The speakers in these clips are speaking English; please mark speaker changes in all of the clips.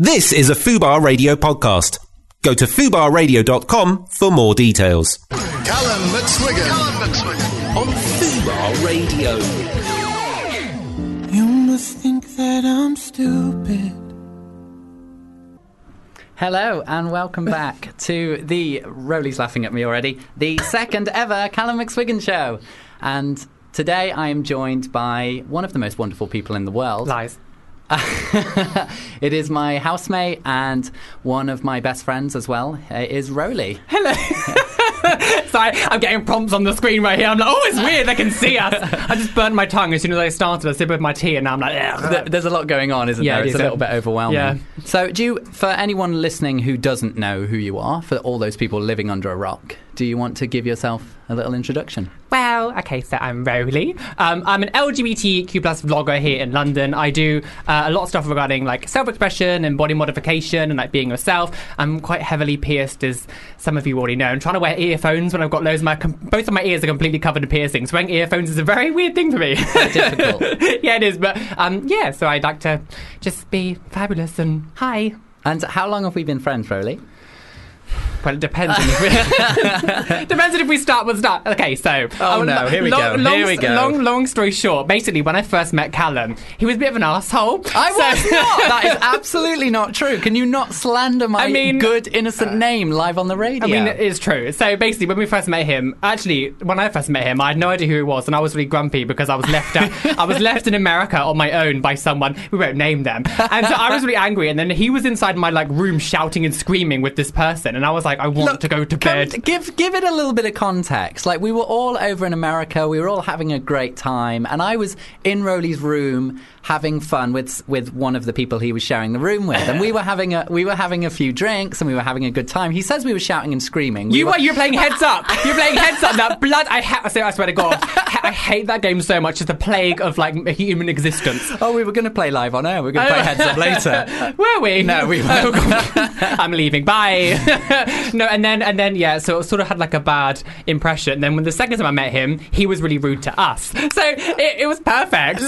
Speaker 1: This is a Fubar Radio podcast. Go to fubarradio.com for more details.
Speaker 2: Callum McSwiggan. Callum McSwiggan. On Fubar Radio.
Speaker 3: You must think that I'm stupid.
Speaker 4: Hello and welcome back to the Rowley's laughing at me already. The second ever Callum McSwiggan show, and today I am joined by one of the most wonderful people in the world.
Speaker 5: Lies.
Speaker 4: it is my housemate and one of my best friends as well. uh, Is Rowley?
Speaker 5: Sorry, I'm getting prompts on the screen right here. I'm like, oh, it's weird. They can see us. I just burnt my tongue as soon as I started. I sipped with my tea, and now I'm like,
Speaker 4: Th-
Speaker 5: Ugh.
Speaker 4: There's a lot going on, isn't
Speaker 5: Yeah,
Speaker 4: there?
Speaker 5: it
Speaker 4: It's
Speaker 5: is.
Speaker 4: a little bit overwhelming.
Speaker 5: Yeah.
Speaker 4: So, do you, for anyone listening who doesn't know who you are, for all those people living under a rock, do you want to give yourself a little introduction?
Speaker 5: well, okay, so I'm Rowley. Um, I'm an LGBTQ plus vlogger here in London. I do uh, a lot of stuff regarding like self-expression and body modification and like being yourself. I'm quite heavily pierced, as some of you already know. I'm trying to wear earphones when I've got loads of my com- both of my ears are completely covered in piercings. Wearing earphones is a very weird thing for me.
Speaker 4: Difficult.
Speaker 5: yeah, it is. But um, yeah, so I'd like to just be fabulous and hi.
Speaker 4: And how long have we been friends, Rowley?
Speaker 5: Well, it depends. on if we, depends on if we start with start. Okay, so um,
Speaker 4: Oh, no, here we go,
Speaker 5: Long,
Speaker 4: here we go.
Speaker 5: Long, long story short, basically, when I first met Callum, he was a bit of an asshole.
Speaker 4: I was not. That is absolutely not true. Can you not slander my
Speaker 5: I mean- uh,
Speaker 4: good innocent name live on the radio?
Speaker 5: I mean, it is true. So basically, when we first met him, actually, when I first met him, I had no idea who he was, and I was really grumpy because I was left out. I was left in America on my own by someone. We won't name them, and so I was really angry. And then he was inside my like room shouting and screaming with this person, and I was like, I want
Speaker 4: Look,
Speaker 5: to go to
Speaker 4: come-
Speaker 5: bed.
Speaker 4: Give give it a little bit of context. Like we were all over in America, we were all having a great time, and I was in Rowley's room having fun with with one of the people he was sharing the room with, and we were having a we were having a few drinks and we were having a good time. He says we were shouting and screaming. We
Speaker 5: You were, you were playing heads up. You're playing heads up. That blood, I, ha- I swear- I swear to God, ha- I hate that game so much. It's the plague of like human existence.
Speaker 4: Oh, we were going to play live on air. We are
Speaker 5: Oh.
Speaker 4: going to play heads up later.
Speaker 5: Were we?
Speaker 4: No, we
Speaker 5: Oh, God. I'm leaving. Bye. no, and then and then yeah. So it sort of had like a bad impression. Then when the second time I met him, he was really rude to us. So it, it was perfect.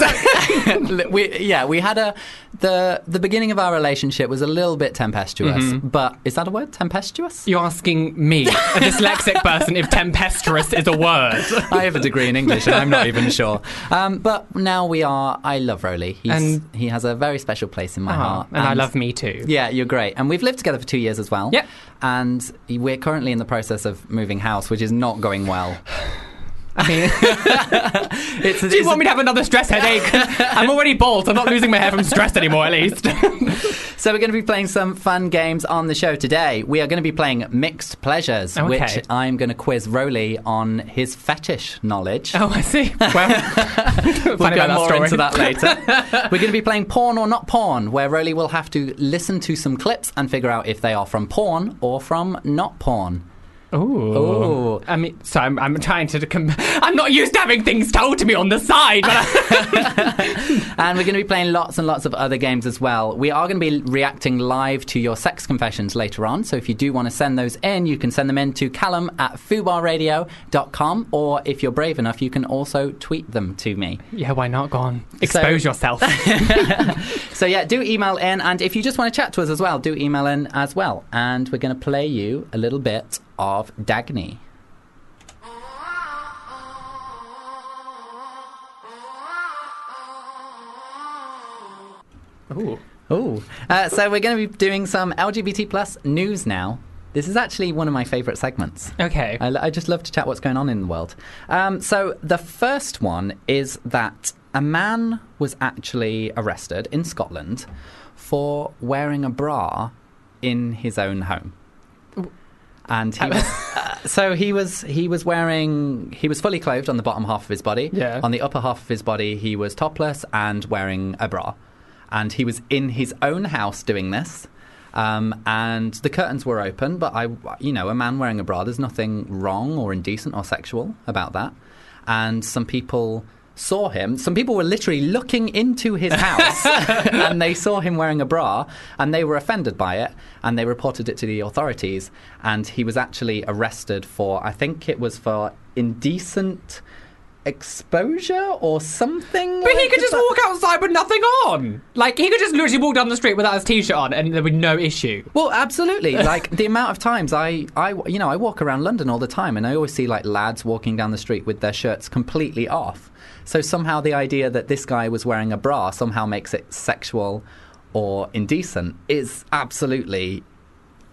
Speaker 4: we, yeah, we had a the the beginning of our relationship was a little bit tempestuous,
Speaker 5: Mm-hmm.
Speaker 4: but is that a word? Tempestuous?
Speaker 5: You're asking me, a dyslexic person, if tempestuous is a word.
Speaker 4: I have a degree in English, and I'm not even sure. Um, but now we are. I love Rowley. He's,
Speaker 5: And-
Speaker 4: he has a very special place in my
Speaker 5: Oh,
Speaker 4: heart,
Speaker 5: and I love me too.
Speaker 4: Ah, Yeah, you're great, and we've lived together for two years as well.
Speaker 5: Yep.
Speaker 4: and we're currently in the process of moving house, which is not going well.
Speaker 5: I mean,
Speaker 4: It's,
Speaker 5: Do you want me to have another stress headache? I'm already bald. I'm not losing my hair from stress anymore, at least.
Speaker 4: So we're going to be playing some fun games on the show today. We are going to be playing mixed pleasures,
Speaker 5: Okay.
Speaker 4: which I'm going to quiz Rowley on his fetish knowledge.
Speaker 5: oh, I see. Well, we'll
Speaker 4: We'll go more into that later. We're going to be playing porn or not porn, where Rowley will have to listen to some clips and figure out if they are from porn or from not porn. Ooh.
Speaker 5: Ooh. I mean, so I'm, I'm trying to. Com- I'm not used to having things told to me on the side, but I-
Speaker 4: And we're going to be playing lots and lots of other games as well. We are going to be reacting live to your sex confessions later on. So if you do want to send those in, you can send them in to callum at fubarradio.com. Or if you're brave enough, you can also tweet them to me.
Speaker 5: yeah, why not? Go on, expose yourself.
Speaker 4: So yeah, do email in. And if you just want to chat to us as well, do email in as well. And we're going to play you a little bit of Dagny.
Speaker 5: Ooh.
Speaker 4: Oh, uh, so we're going to be doing some LGBT plus news now. This is actually one of my favourite segments.
Speaker 5: Okay.
Speaker 4: I, I just love to chat what's going on in the world. Um, so the first one is that a man was actually arrested in Scotland for wearing a bra in his own home. And he was, uh, so he was he was wearing he was fully clothed on the bottom half of his body.
Speaker 5: Yeah.
Speaker 4: On the upper half of his body, he was topless and wearing a bra. And he was in his own house doing this. Um, and the curtains were open, but I, you know, a man wearing a bra, there's nothing wrong or indecent or sexual about that. And some people saw him. Some people were literally looking into his house and they saw him wearing a bra and they were offended by it and they reported it to the authorities. And he was actually arrested for, I think it was for indecent exposure or something.
Speaker 5: But he
Speaker 4: Like,
Speaker 5: could
Speaker 4: it's
Speaker 5: just
Speaker 4: like-
Speaker 5: walk outside with nothing on. Like he could just literally walk down the street without his t-shirt on, and there would be no issue.
Speaker 4: Well, absolutely. Like the amount of times I, I, you know, I walk around London all the time, and I always see like lads walking down the street with their shirts completely off. So somehow the idea that this guy was wearing a bra somehow makes it sexual or indecent is absolutely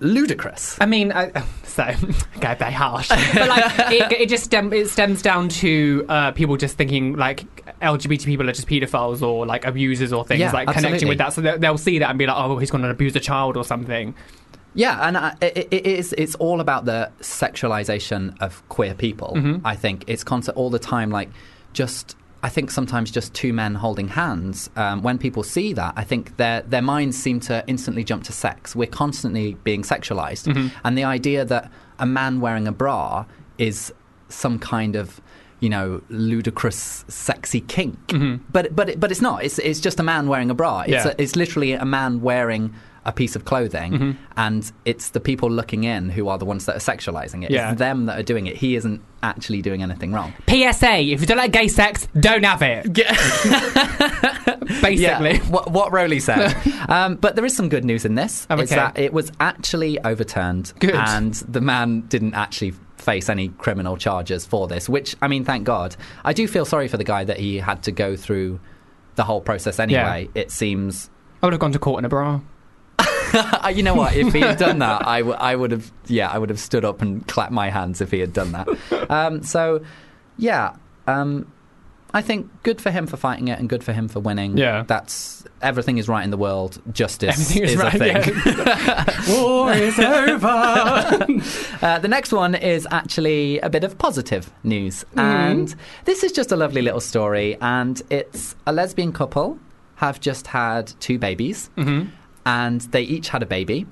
Speaker 4: ludicrous.
Speaker 5: I mean, I, so okay, very harsh. But like, it, it just stem, it stems down to uh, people just thinking like LGBT people are just paedophiles or like abusers or things
Speaker 4: Yeah,
Speaker 5: like connecting with
Speaker 4: absolutely.
Speaker 5: that. So they'll, they'll see that and be like, oh, well, he's going to abuse a child or something.
Speaker 4: Yeah, and I, it, it is. It's all about the sexualization of queer people. I think it's constant all the time. Like, just I think sometimes just two men holding hands. Um, when people see that, I think their their minds seem to instantly jump to sex. We're constantly being sexualized, and the idea that a man wearing a bra is some kind of you know ludicrous sexy kink but but but it's not it's it's just a man wearing a bra it's
Speaker 5: Yeah.
Speaker 4: a, it's literally a man wearing a piece of clothing
Speaker 5: Mm-hmm.
Speaker 4: and it's the people looking in who are the ones that are sexualizing it
Speaker 5: Yeah.
Speaker 4: it's them that are doing it he isn't actually doing anything wrong
Speaker 5: PSA: If you don't like gay sex, don't have it. Basically.
Speaker 4: what, what Rowley said. um, but there is some good news in this.
Speaker 5: Oh,
Speaker 4: It's
Speaker 5: okay.
Speaker 4: that it was actually overturned,
Speaker 5: Good.
Speaker 4: and the man didn't actually face any criminal charges for this. Which I mean, thank God. I do feel sorry for the guy that he had to go through the whole process anyway. It seems.
Speaker 5: I would have gone to court in a bra.
Speaker 4: Uh, you know what? If he had done that, I, w- I would have. Yeah, I would have stood up and clapped my hands if he had done that. Um, so, yeah, um, I think good for him for fighting it and good for him for winning.
Speaker 5: Yeah.
Speaker 4: that's everything is right in the world. Justice
Speaker 5: Everything
Speaker 4: is,
Speaker 5: is right,
Speaker 4: a thing.
Speaker 5: War is over.
Speaker 4: Uh, the next one is actually a bit of positive news,
Speaker 5: Mm-hmm.
Speaker 4: and this is just a lovely little story. And it's a lesbian couple have just had two babies.
Speaker 5: hmm
Speaker 4: and they each had a baby.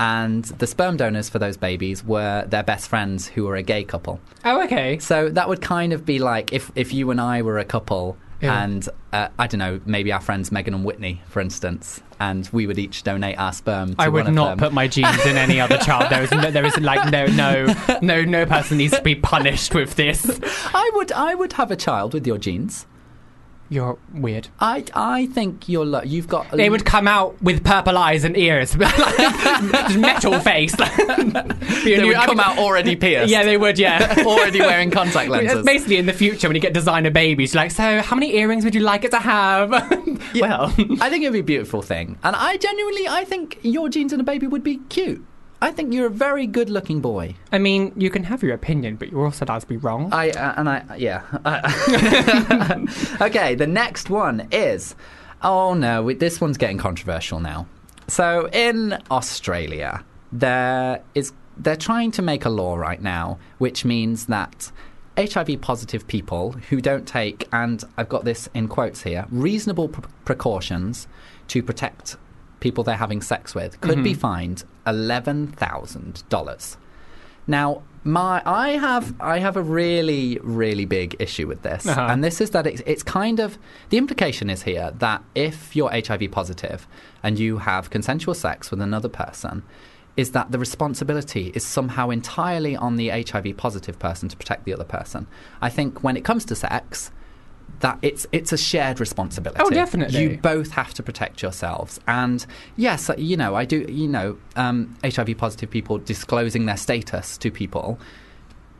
Speaker 4: And the sperm donors for those babies were their best friends who were a gay couple.
Speaker 5: Oh, okay.
Speaker 4: So that would kind of be like if, if you and I were a couple,
Speaker 5: Yeah.
Speaker 4: and uh, I don't know, maybe our friends Megan and Whitney, for instance, and we would each donate our sperm to
Speaker 5: I would
Speaker 4: one
Speaker 5: not
Speaker 4: of them.
Speaker 5: put my genes in any other child. There is, no, there is like no, no, no, no person needs to be punished with this.
Speaker 4: I would I would have a child with your genes.
Speaker 5: You're weird.
Speaker 4: I I think you're lo- you've got
Speaker 5: They would come out with purple eyes and ears, Just metal face. Be a
Speaker 4: they
Speaker 5: new-
Speaker 4: would
Speaker 5: I
Speaker 4: come
Speaker 5: mean-
Speaker 4: out already pierced,
Speaker 5: Yeah, they would. Yeah.
Speaker 4: already wearing contact lenses.
Speaker 5: Basically, in the future, when you get designer babies, you're like, so how many earrings would you like it to have? Well,
Speaker 4: I think it'd be a beautiful thing, and I genuinely I think your jeans and a baby would be cute. I think you're a very good-looking boy.
Speaker 5: I mean, you can have your opinion, but you're also allowed to be wrong.
Speaker 4: I uh, and I yeah. I- okay, the next one is oh no, we, this one's getting controversial now. So in Australia, there is they're trying to make a law right now, which means that HIV positive people who don't take and I've got this in quotes here reasonable pr- precautions to protect people they're having sex with could be fined eleven thousand dollars. Now, my I have I have a really really big issue with this,
Speaker 5: Uh-huh.
Speaker 4: and this is that it's, it's kind of the implication is here that if you're HIV positive and you have consensual sex with another person, is that the responsibility is somehow entirely on the HIV positive person to protect the other person. I think when it comes to sex. That it's it's a shared responsibility.
Speaker 5: Oh, definitely.
Speaker 4: You both have to protect yourselves. And yes, uh, you know, I do, you know, um, HIV positive people disclosing their status to people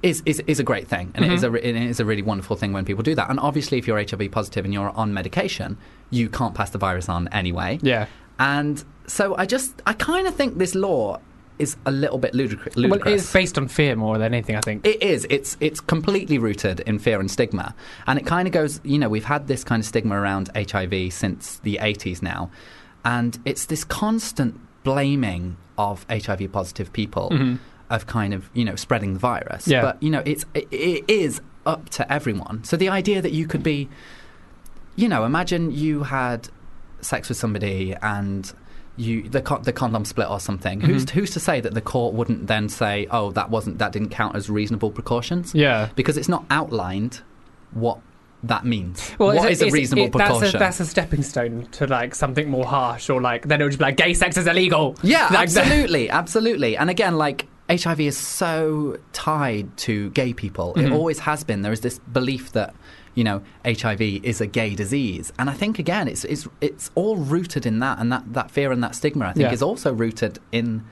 Speaker 4: is, is, is a great thing. And it
Speaker 5: Mm-hmm.
Speaker 4: is a, re- and it is a really wonderful thing when people do that. And obviously, if you're HIV positive and you're on medication, you can't pass the virus on anyway.
Speaker 5: Yeah.
Speaker 4: And so I just, I kind of think this law is a little bit ludic-
Speaker 5: Well,
Speaker 4: ludicrous.
Speaker 5: it's based on fear more than anything, I think.
Speaker 4: It is. It's it's completely rooted in fear and stigma, and it kind of goes. You know, we've had this kind of stigma around HIV since the '80s now, and it's this constant blaming of HIV positive people
Speaker 5: Mm-hmm.
Speaker 4: of kind of you know spreading the virus.
Speaker 5: Yeah.
Speaker 4: But you know, it's it, it is up to everyone. So the idea that you could be, you know, imagine you had sex with somebody and. You, the, con- the condom split or something.
Speaker 5: Mm-hmm.
Speaker 4: Who's, who's to say that the court wouldn't then say, "Oh, that wasn't that didn't count as reasonable precautions"?
Speaker 5: yeah.
Speaker 4: because it's not outlined what that means.
Speaker 5: Well,
Speaker 4: what
Speaker 5: it's-
Speaker 4: is a
Speaker 5: it's-
Speaker 4: reasonable
Speaker 5: it-
Speaker 4: precaution?
Speaker 5: That's a, that's a stepping stone to like something more harsh, or like then it would just be like gay sex is illegal.
Speaker 4: yeah,
Speaker 5: like,
Speaker 4: absolutely, absolutely. And again, like HIV
Speaker 5: Mm-hmm.
Speaker 4: is so tied to gay people. It always has been. There is this belief that you know, HIV is a gay disease. And I think again, it's it's it's all rooted in that, and that that fear and that stigma. I think
Speaker 5: Yeah. Mm-hmm.
Speaker 4: is also rooted in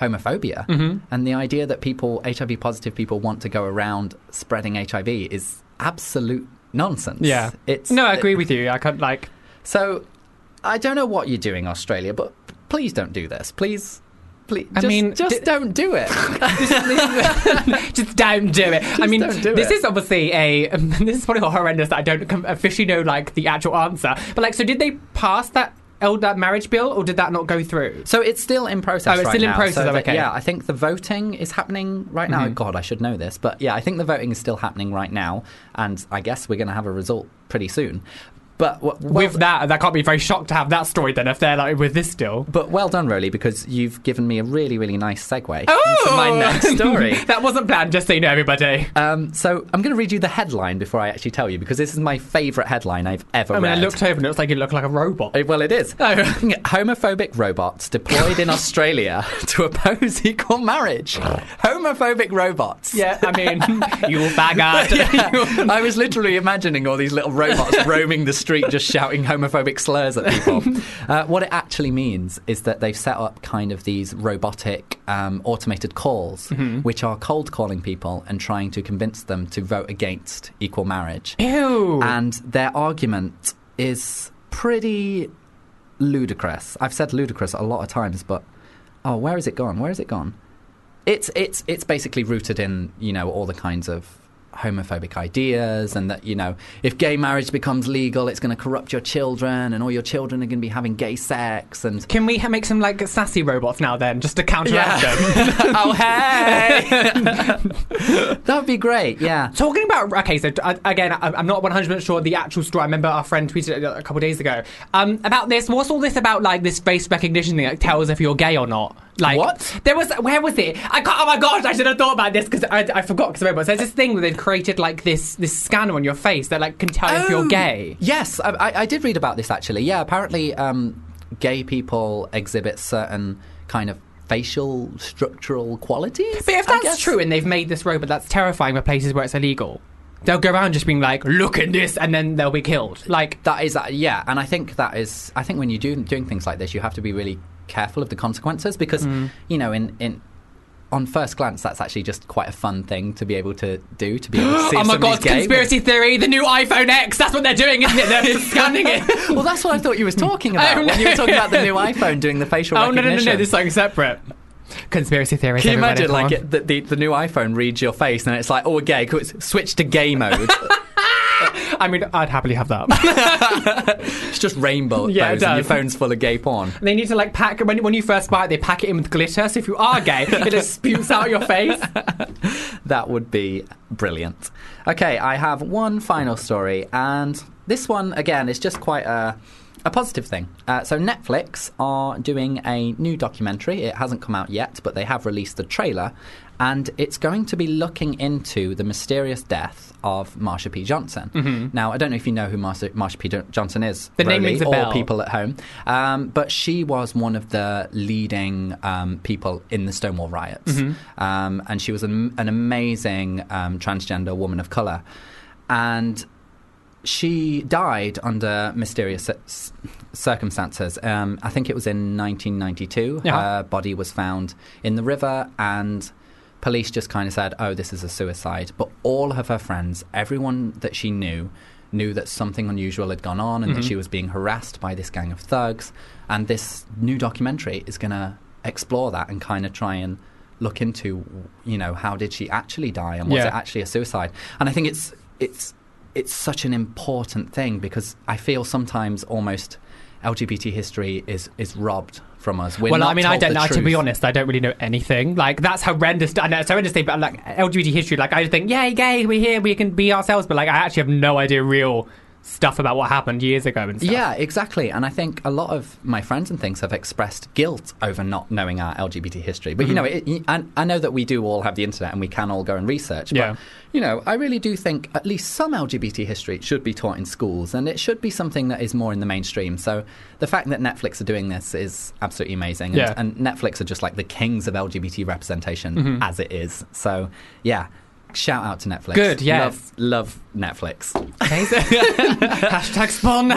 Speaker 4: homophobia and the idea that people HIV positive people want to go around spreading HIV is absolute nonsense.
Speaker 5: Yeah.
Speaker 4: it's
Speaker 5: no, I agree with you. I can't like.
Speaker 4: So I don't know what you're doing, Australia, but please don't do this. Please. Please,
Speaker 5: I
Speaker 4: just,
Speaker 5: mean,
Speaker 4: just
Speaker 5: di-
Speaker 4: don't do it.
Speaker 5: just don't do it. I mean,
Speaker 4: don't do
Speaker 5: this
Speaker 4: it.
Speaker 5: is obviously a. this is probably horrendous that I don't com- officially know like the actual answer. But like, so did they pass that el- that marriage bill, or did that not go through?
Speaker 4: So it's still in process.
Speaker 5: Oh, it's
Speaker 4: right
Speaker 5: still in
Speaker 4: now.
Speaker 5: process,
Speaker 4: So
Speaker 5: oh,
Speaker 4: the-
Speaker 5: okay. Mm-hmm.
Speaker 4: Yeah, I think the voting is happening right now. God, I should know this, but yeah, I think the voting is still happening right now, and I guess we're going to have a result pretty soon. But w- well,
Speaker 5: With that, that can't be very shocked to have that story then if they're like with this still.
Speaker 4: but well done, Roly, because you've given me a really, really nice segue
Speaker 5: Oh!
Speaker 4: into my next story.
Speaker 5: that wasn't planned. Just so you know, everybody.
Speaker 4: Um, so I'm going to read you the headline before I actually tell you, because this is my favourite headline I've ever
Speaker 5: I mean,
Speaker 4: read.
Speaker 5: I looked over and it was like you look like a robot.
Speaker 4: Uh, Well, it is. Homophobic robots deployed in Australia to oppose equal marriage. Homophobic robots.
Speaker 5: Yeah, I mean, you faggot.
Speaker 4: Yeah. I was literally imagining all these little robots roaming the street just shouting homophobic slurs at people. Uh, what it actually means is that they've set up kind of these robotic um, automated calls, which are cold calling people and trying to convince them to vote against equal marriage.
Speaker 5: Ew.
Speaker 4: And their argument is pretty ludicrous. I've said ludicrous a lot of times, but oh, where has it gone? Where has it gone? It's it's it's basically rooted in you know all the kinds of homophobic ideas, and that you know if gay marriage becomes legal, it's going to corrupt your children, and all your children are going to be having gay sex, and
Speaker 5: Can we ha- make some like sassy robots now then, just to counteract them?
Speaker 4: oh hey, that would be great. Yeah,
Speaker 5: Talking about okay, so uh, again, I- I'm not 100 percent sure the actual story. I remember our friend tweeted it a couple of days ago um, about this. What's all this about? Like this face recognition thing that tells if you're gay or not. Like
Speaker 4: What?
Speaker 5: There was where was it? I can't, oh my gosh, I should have thought about this because I, I forgot because robots. There's this thing where they've created like this this scanner on your face that like can tell if you're
Speaker 4: Oh,
Speaker 5: gay.
Speaker 4: Yes, I, I, I did read about this actually. Yeah, apparently, um, gay people exhibit certain kind of facial structural qualities.
Speaker 5: But if
Speaker 4: I
Speaker 5: that's
Speaker 4: guess.
Speaker 5: true and they've made this robot that's terrifying for places where it's illegal, they'll go around just being like, look at this, and then they'll be killed. Like,
Speaker 4: that is uh, yeah, and I think that is. I think when you're doing doing things like this, you have to be really careful of the consequences because
Speaker 5: Mm.
Speaker 4: you know in in. On first glance, that's actually just quite a fun thing to be able to do. To be able to see
Speaker 5: oh
Speaker 4: if
Speaker 5: my
Speaker 4: somebody's
Speaker 5: god,
Speaker 4: gay.
Speaker 5: conspiracy theory, the new iPhone X, that's what they're doing, isn't it? They're scanning it.
Speaker 4: Well, that's what I thought you was talking about
Speaker 5: Oh,
Speaker 4: when you
Speaker 5: no.
Speaker 4: were talking about the new iPhone doing the facial
Speaker 5: Oh, no, no,
Speaker 4: recognition.
Speaker 5: no, no, this is something separate. Conspiracy theory.
Speaker 4: Can you imagine, like, it, the, the, the new iPhone reads your face and it's like, oh, we're gay, cool, it's- switch to gay mode.
Speaker 5: I mean, I'd happily have that.
Speaker 4: it's just rainbow
Speaker 5: Yeah, it
Speaker 4: bows and your
Speaker 5: does.
Speaker 4: phone's full of gay porn.
Speaker 5: they need to, like, pack, when, when you first buy it, they pack it in with glitter, so if you are gay, it just spews out your face.
Speaker 4: That would be brilliant. Okay, I have one final story, and this one, again, is just quite a, a positive thing. Uh, so, Netflix are doing a new documentary. It hasn't come out yet, but they have released the trailer, and it's going to be looking into the mysterious death of Marsha P. Johnson. Now, I don't know if you know who Marsha, Marsha P. Jo- Johnson is.
Speaker 5: Mm-hmm. The name
Speaker 4: Roly,
Speaker 5: rings a
Speaker 4: or
Speaker 5: bell.
Speaker 4: people people at home. Um, but she was one of the leading um, people in the Stonewall riots. Um, and she was an, an amazing um, transgender woman of colour. And she died under mysterious c- c- circumstances. Um, I think it was in 1992.
Speaker 5: Yeah.
Speaker 4: Her body was found in the river, and police just kind of said, "Oh, this is a suicide." But all of her friends, everyone that she knew, knew that something unusual had gone on, and that she was being harassed by this gang of thugs. And this new documentary is going to explore that and kind of try and look into, you know, how did she actually die, and was
Speaker 5: Yeah.
Speaker 4: it actually a suicide? And I think it's it's it's such an important thing because I feel sometimes almost LGBT history is is robbed from us. We're
Speaker 5: well,
Speaker 4: not
Speaker 5: I mean, I
Speaker 4: told
Speaker 5: don't
Speaker 4: the
Speaker 5: know. To be
Speaker 4: truth.
Speaker 5: honest, I don't really know anything. Like, that's horrendous. I know it's horrendous thing, but like LGBT history, like, I just think, yay, gay, we're here, we can be ourselves. But like, I actually have no idea real stuff about what happened years ago and stuff.
Speaker 4: Yeah, exactly. And I think a lot of my friends and things have expressed guilt over not knowing our LGBT history.
Speaker 5: Mm-hmm.
Speaker 4: But you know, it, it- I, I know that we do all have the internet and we can all go and research.
Speaker 5: Yeah.
Speaker 4: But you know, I really do think at least some LGBT history should be taught in schools, and it should be something that is more in the mainstream. So the fact that Netflix are doing this is absolutely amazing. And,
Speaker 5: Yeah. Mm-hmm.
Speaker 4: and Netflix are just like the kings of LGBT representation as it is. So yeah. Shout out to Netflix.
Speaker 5: Good, yes.
Speaker 4: Love, love Netflix.
Speaker 5: Amazing. Hashtag spawn.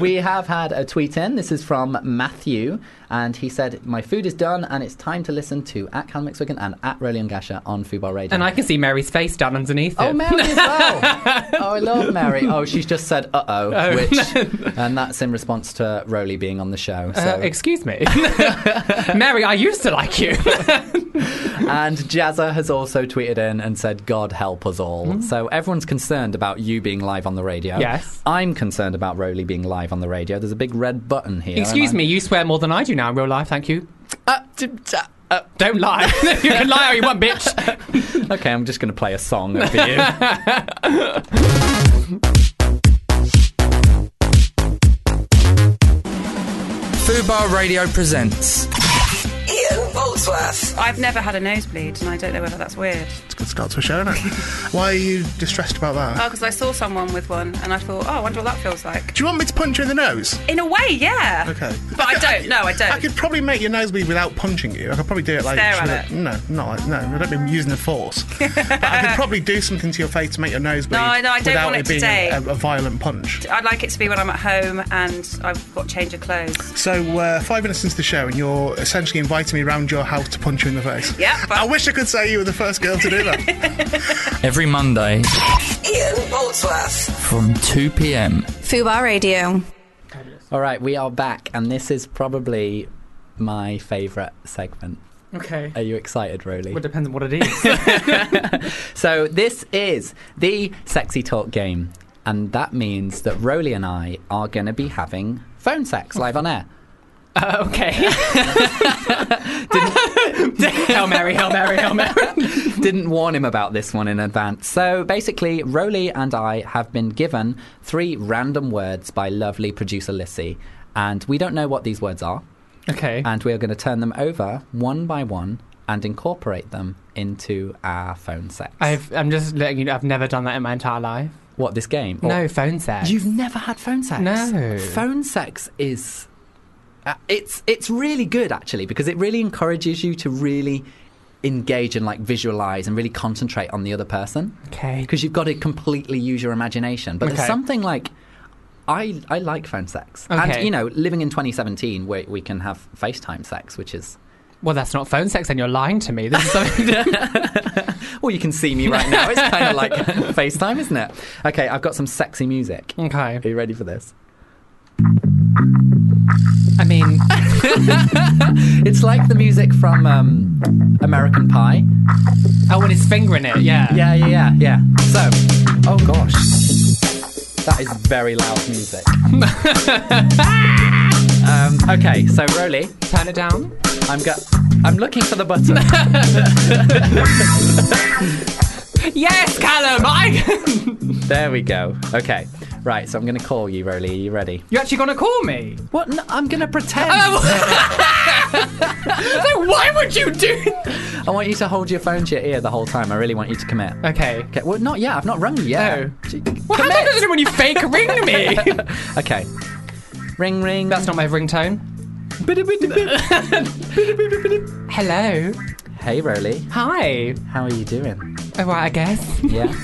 Speaker 4: we have had a tweet in. This is from Matthew, and he said, "My food is done, and it's time to listen to at Cal McSwiggan and at Rolian Gasher on Fubar Radio."
Speaker 5: and I can see Mary's face down underneath it.
Speaker 4: Oh, Mary as well. oh, I love Mary. Oh, she's just said uh oh, which, and that's in response to Rowley being on the show. So.
Speaker 5: Uh, excuse me. Mary, I used to like you.
Speaker 4: and Jazza has also tweeted in and said, God help us all. So everyone's concerned about you being live on the radio.
Speaker 5: Mm-hmm. Yes.
Speaker 4: I'm concerned about Rowley being live on the radio. There's a big red button here.
Speaker 5: excuse
Speaker 4: and
Speaker 5: me, you swear more than I do now in real life, thank you.
Speaker 4: I'm- Uh, d- d- uh,
Speaker 5: Don't lie. you can lie all you want, bitch.
Speaker 4: okay, I'm just going to play a song over you.
Speaker 6: Fubar Radio presents.
Speaker 7: Ian Boldsworth.
Speaker 8: I've never had a nosebleed, and I don't know whether that's weird.
Speaker 2: It's a good start to a show, isn't it? Why are you distressed about that?
Speaker 6: Uh,
Speaker 8: Oh, because I saw someone with one, and I thought, oh, I wonder what that feels like.
Speaker 2: Do you want me to punch you in the nose?
Speaker 8: In a way, yeah.
Speaker 2: Okay.
Speaker 8: But I don't. No, I
Speaker 2: I
Speaker 8: don't.
Speaker 2: could probably make your nose bleed without punching you. I could probably do it like
Speaker 8: Stare at
Speaker 2: should I-
Speaker 8: it.
Speaker 2: no, not like no. I don't mean using the force. but I could probably do something to your face to make your nose bleed.
Speaker 8: No, no, I don't
Speaker 2: without
Speaker 8: want
Speaker 2: it,
Speaker 8: it
Speaker 2: being
Speaker 8: today.
Speaker 2: A, a violent punch.
Speaker 8: I'd like it to be when I'm at home and I've got change of clothes.
Speaker 2: So uh, five minutes into the show, and you're essentially inviting me round your house to punch you in the face.
Speaker 8: Yeah, but-
Speaker 2: I wish I could say you were the first girl to do that.
Speaker 6: Every Monday
Speaker 7: Ian Boldsworth.
Speaker 6: from 2 pm.
Speaker 7: Fubar Radio.
Speaker 4: All right, we are back, and this is probably my favourite segment.
Speaker 5: Okay.
Speaker 4: Are you excited, Rowley?
Speaker 5: Well, it depends on what it is.
Speaker 4: So this is the sexy talk game, and that means that Rowley and I are going to be having phone sex live on air.
Speaker 5: Uh, okay. Hail Mary, Hail Mary, Hail Mary.
Speaker 4: Didn't warn him about this one in advance. So basically, Rowley and I have been given three random words by lovely producer Lissy, and we don't know what these words are,
Speaker 5: Okay.
Speaker 4: and we are going to turn them over one by one and incorporate them into our phone sex.
Speaker 5: I've, I'm just letting you know, I've never done that in my entire life.
Speaker 4: what this game? Or-
Speaker 5: No, phone sex.
Speaker 4: You've never had phone sex?
Speaker 5: No.
Speaker 4: Phone sex is. Uh, it's it's really good actually because it really encourages you to really engage and like visualize and really concentrate on the other person
Speaker 5: Okay.
Speaker 4: because you've got to completely use your imagination but
Speaker 5: Okay.
Speaker 4: there's something like I I like phone sex and
Speaker 5: Okay.
Speaker 4: you know living in 2017 where we can have FaceTime sex which is
Speaker 5: Well, that's not phone sex, and you're lying to me. This is something.
Speaker 4: well you can see me right now it's kind of like FaceTime isn't it okay I've got some sexy music are
Speaker 5: okay.
Speaker 4: you ready for this
Speaker 5: I mean,
Speaker 4: It's like the music from um, American Pie.
Speaker 5: oh, when he's fingering it, yeah.
Speaker 4: Yeah, yeah, yeah, yeah. So, oh gosh, that is very loud music. um, okay, so Roly,
Speaker 5: Turn it down.
Speaker 4: I'm go- I'm looking for the button.
Speaker 5: Yes, Callum. I.
Speaker 4: there we go. Okay, right. So I'm gonna call you, Roly. Are you ready? Oh,
Speaker 5: You're actually gonna call me?
Speaker 4: What? No, I'm gonna pretend.
Speaker 5: So why would you do?
Speaker 4: I want you to hold your phone to your ear the whole time. I really want you to commit.
Speaker 5: Okay.
Speaker 4: Okay. Well, not yet. I've not rung you yet.
Speaker 5: No. Well, how does it when you fake ring me?
Speaker 4: Okay. Ring, ring.
Speaker 5: that's not my ringtone. Hello.
Speaker 4: Hey, Roly.
Speaker 5: Hi.
Speaker 4: How are you doing?
Speaker 5: All right, I guess.
Speaker 4: Yeah.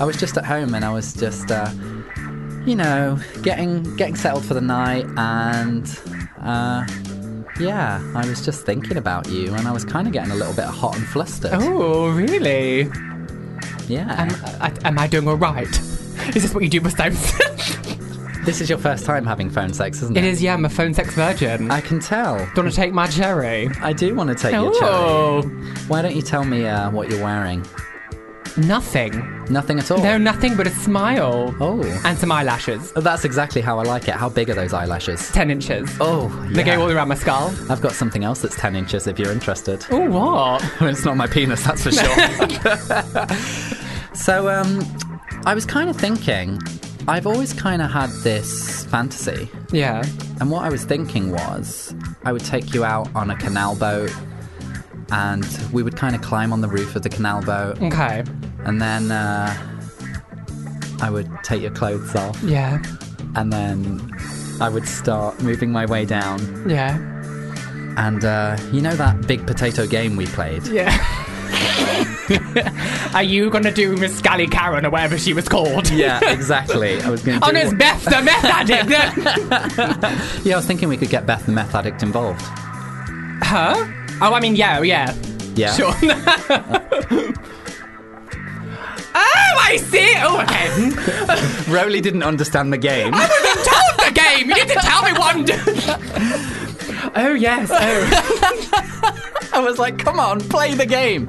Speaker 4: I was just at home and I was just, uh, you know, getting getting settled for the night and, uh, yeah, I was just thinking about you and I was kind of getting a little bit hot and flustered.
Speaker 5: Oh, really?
Speaker 4: Yeah.
Speaker 5: Am
Speaker 4: um,
Speaker 5: I, am I doing all right? Is this what you do with phone sex?
Speaker 4: this is your first time having phone sex, isn't it?
Speaker 5: it is, yeah, I'm a phone sex virgin.
Speaker 4: I can tell.
Speaker 5: Do you want to take my cherry?
Speaker 4: I do want to take your cherry.
Speaker 5: Oh,
Speaker 4: Why don't you tell me uh, what you're wearing?
Speaker 5: nothing.
Speaker 4: Nothing at all.
Speaker 5: No, nothing but a smile.
Speaker 4: Oh.
Speaker 5: And some eyelashes.
Speaker 4: That's exactly how I like it. How big are those eyelashes?
Speaker 5: 10 inches.
Speaker 4: Oh,
Speaker 5: They
Speaker 4: yeah.
Speaker 5: go all around my skull.
Speaker 4: I've got something else that's 10 inches if you're interested.
Speaker 5: Oh, what?
Speaker 4: it's not my penis, that's for sure. so, um, I was kind of thinking, I've always kind of had this fantasy,
Speaker 5: Yeah.
Speaker 4: and what I was thinking was, I would take you out on a canal boat, and we would kind of climb on the roof of the canal boat,
Speaker 5: Okay.
Speaker 4: and then uh, I would take your clothes off,
Speaker 5: Yeah.
Speaker 4: and then I would start moving my way down,
Speaker 5: Yeah.
Speaker 4: and uh, you know that big potato game we played.
Speaker 5: Yeah. Are you gonna do Miss Scally Karen or whatever she was called?
Speaker 4: Yeah, exactly. I was going to.
Speaker 5: Oh, no, it's Beth the meth addict.
Speaker 4: Yeah, I was thinking we could get Beth the meth addict involved.
Speaker 5: huh? Oh, I mean, yeah, yeah.
Speaker 4: Yeah.
Speaker 5: Sure. oh, I see. Oh, okay.
Speaker 4: Rowley didn't understand the game.
Speaker 5: Tell them the game. You need to tell me what I'm doing. Oh yes. Oh.
Speaker 4: I was like, come on, play the game.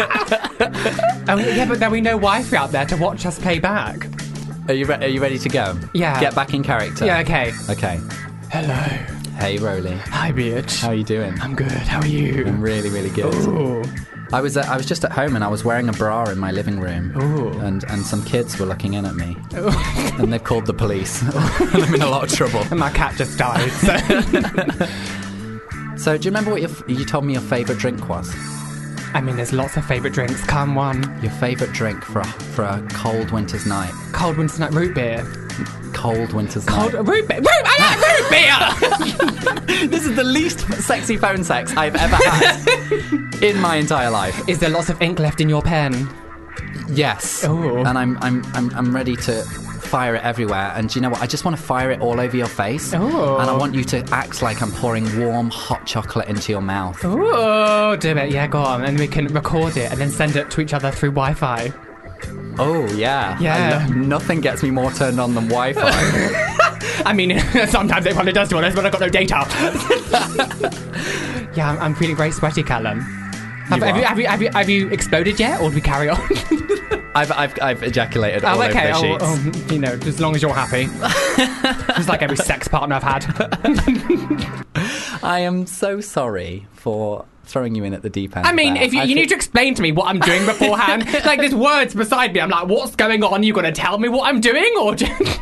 Speaker 5: oh yeah, but there we know wifey out there to watch us play back.
Speaker 4: Are you, re- are you ready to go?
Speaker 5: Yeah.
Speaker 4: Get back in character.
Speaker 5: Yeah. Okay.
Speaker 4: Okay. Hello. Hey, Rowley.
Speaker 5: Hi, bitch.
Speaker 4: How are you doing?
Speaker 5: I'm good. How are you?
Speaker 4: I'm really, really good.
Speaker 5: Ooh.
Speaker 4: I was uh, I was just at home and I was wearing a bra in my living room, and and some kids were looking in at me, and they've called the police. and I'm in a lot of trouble.
Speaker 5: And my cat just died. So.
Speaker 4: So do you remember what your f- you told me your favorite drink was?
Speaker 5: I mean, there's lots of favorite drinks. Come one.
Speaker 4: Your favorite drink for a, for a cold winter's night.
Speaker 5: Cold winter night root beer.
Speaker 4: Cold winter's
Speaker 5: Cold
Speaker 4: night.
Speaker 5: root beer. Root. I like root beer.
Speaker 4: This is the least sexy phone sex I've ever had in my entire life.
Speaker 5: Is there lots of ink left in your pen?
Speaker 4: Yes.
Speaker 5: Ooh.
Speaker 4: And I'm, I'm, I'm, I'm ready to fire it everywhere. And do you know what? I just want to fire it all over your face.
Speaker 5: Ooh.
Speaker 4: And I want you to act like I'm pouring warm, hot chocolate into your mouth.
Speaker 5: Oh. Ooh, do it. Yeah, go on. And we can record it and then send it to each other through Wi-Fi.
Speaker 4: Oh, yeah. I
Speaker 5: Yeah.
Speaker 4: lo- nothing gets me more turned on than Wi Fi.
Speaker 5: I mean, sometimes it probably does to honest, but I've got no data. yeah, I'm, I'm feeling very sweaty, Callum. Have
Speaker 4: You
Speaker 5: you, have,
Speaker 4: are.
Speaker 5: you, have, you, have, you, have you exploded yet, or do we carry on?
Speaker 4: I've, I've, I've ejaculated all
Speaker 5: oh,
Speaker 4: over
Speaker 5: okay.
Speaker 4: the
Speaker 5: Oh,
Speaker 4: sheets.
Speaker 5: oh, you know, as long as you're happy. Just like every sex partner I've had. oh.
Speaker 4: I am so sorry for throwing you in at the deep end.
Speaker 5: I mean,
Speaker 4: there.
Speaker 5: if you,
Speaker 4: I
Speaker 5: you
Speaker 4: feel-
Speaker 5: need to explain to me what I'm doing beforehand, like there's words beside me. I'm like, what's going on? You gonna tell me what I'm doing, or just...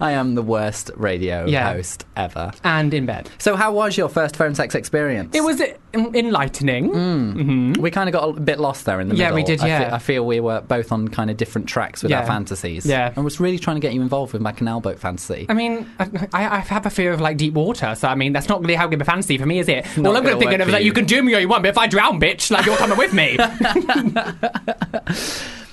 Speaker 4: I am the worst radio
Speaker 5: Yeah.
Speaker 4: host ever.
Speaker 5: and in bed?
Speaker 4: So, how was your first phone sex experience?
Speaker 5: It was uh, enlightening.
Speaker 4: We kind of got a bit lost there in the
Speaker 5: Yeah,
Speaker 4: middle.
Speaker 5: we did,
Speaker 4: I
Speaker 5: yeah.
Speaker 4: feel, I feel we were both on kind of different tracks with our
Speaker 5: Yeah.
Speaker 4: fantasies.
Speaker 5: Yeah.
Speaker 4: I was really trying to get you involved with my canal boat fantasy.
Speaker 5: I mean, I, I I have a fear of like deep water, so I mean, that's not really how good a fantasy for me, is it?
Speaker 4: not
Speaker 5: Well,
Speaker 4: gonna
Speaker 5: I'm gonna think
Speaker 4: work
Speaker 5: of
Speaker 4: for
Speaker 5: is like,
Speaker 4: you.
Speaker 5: you can do me all you want, but if I drown, bitch, like you're coming with me.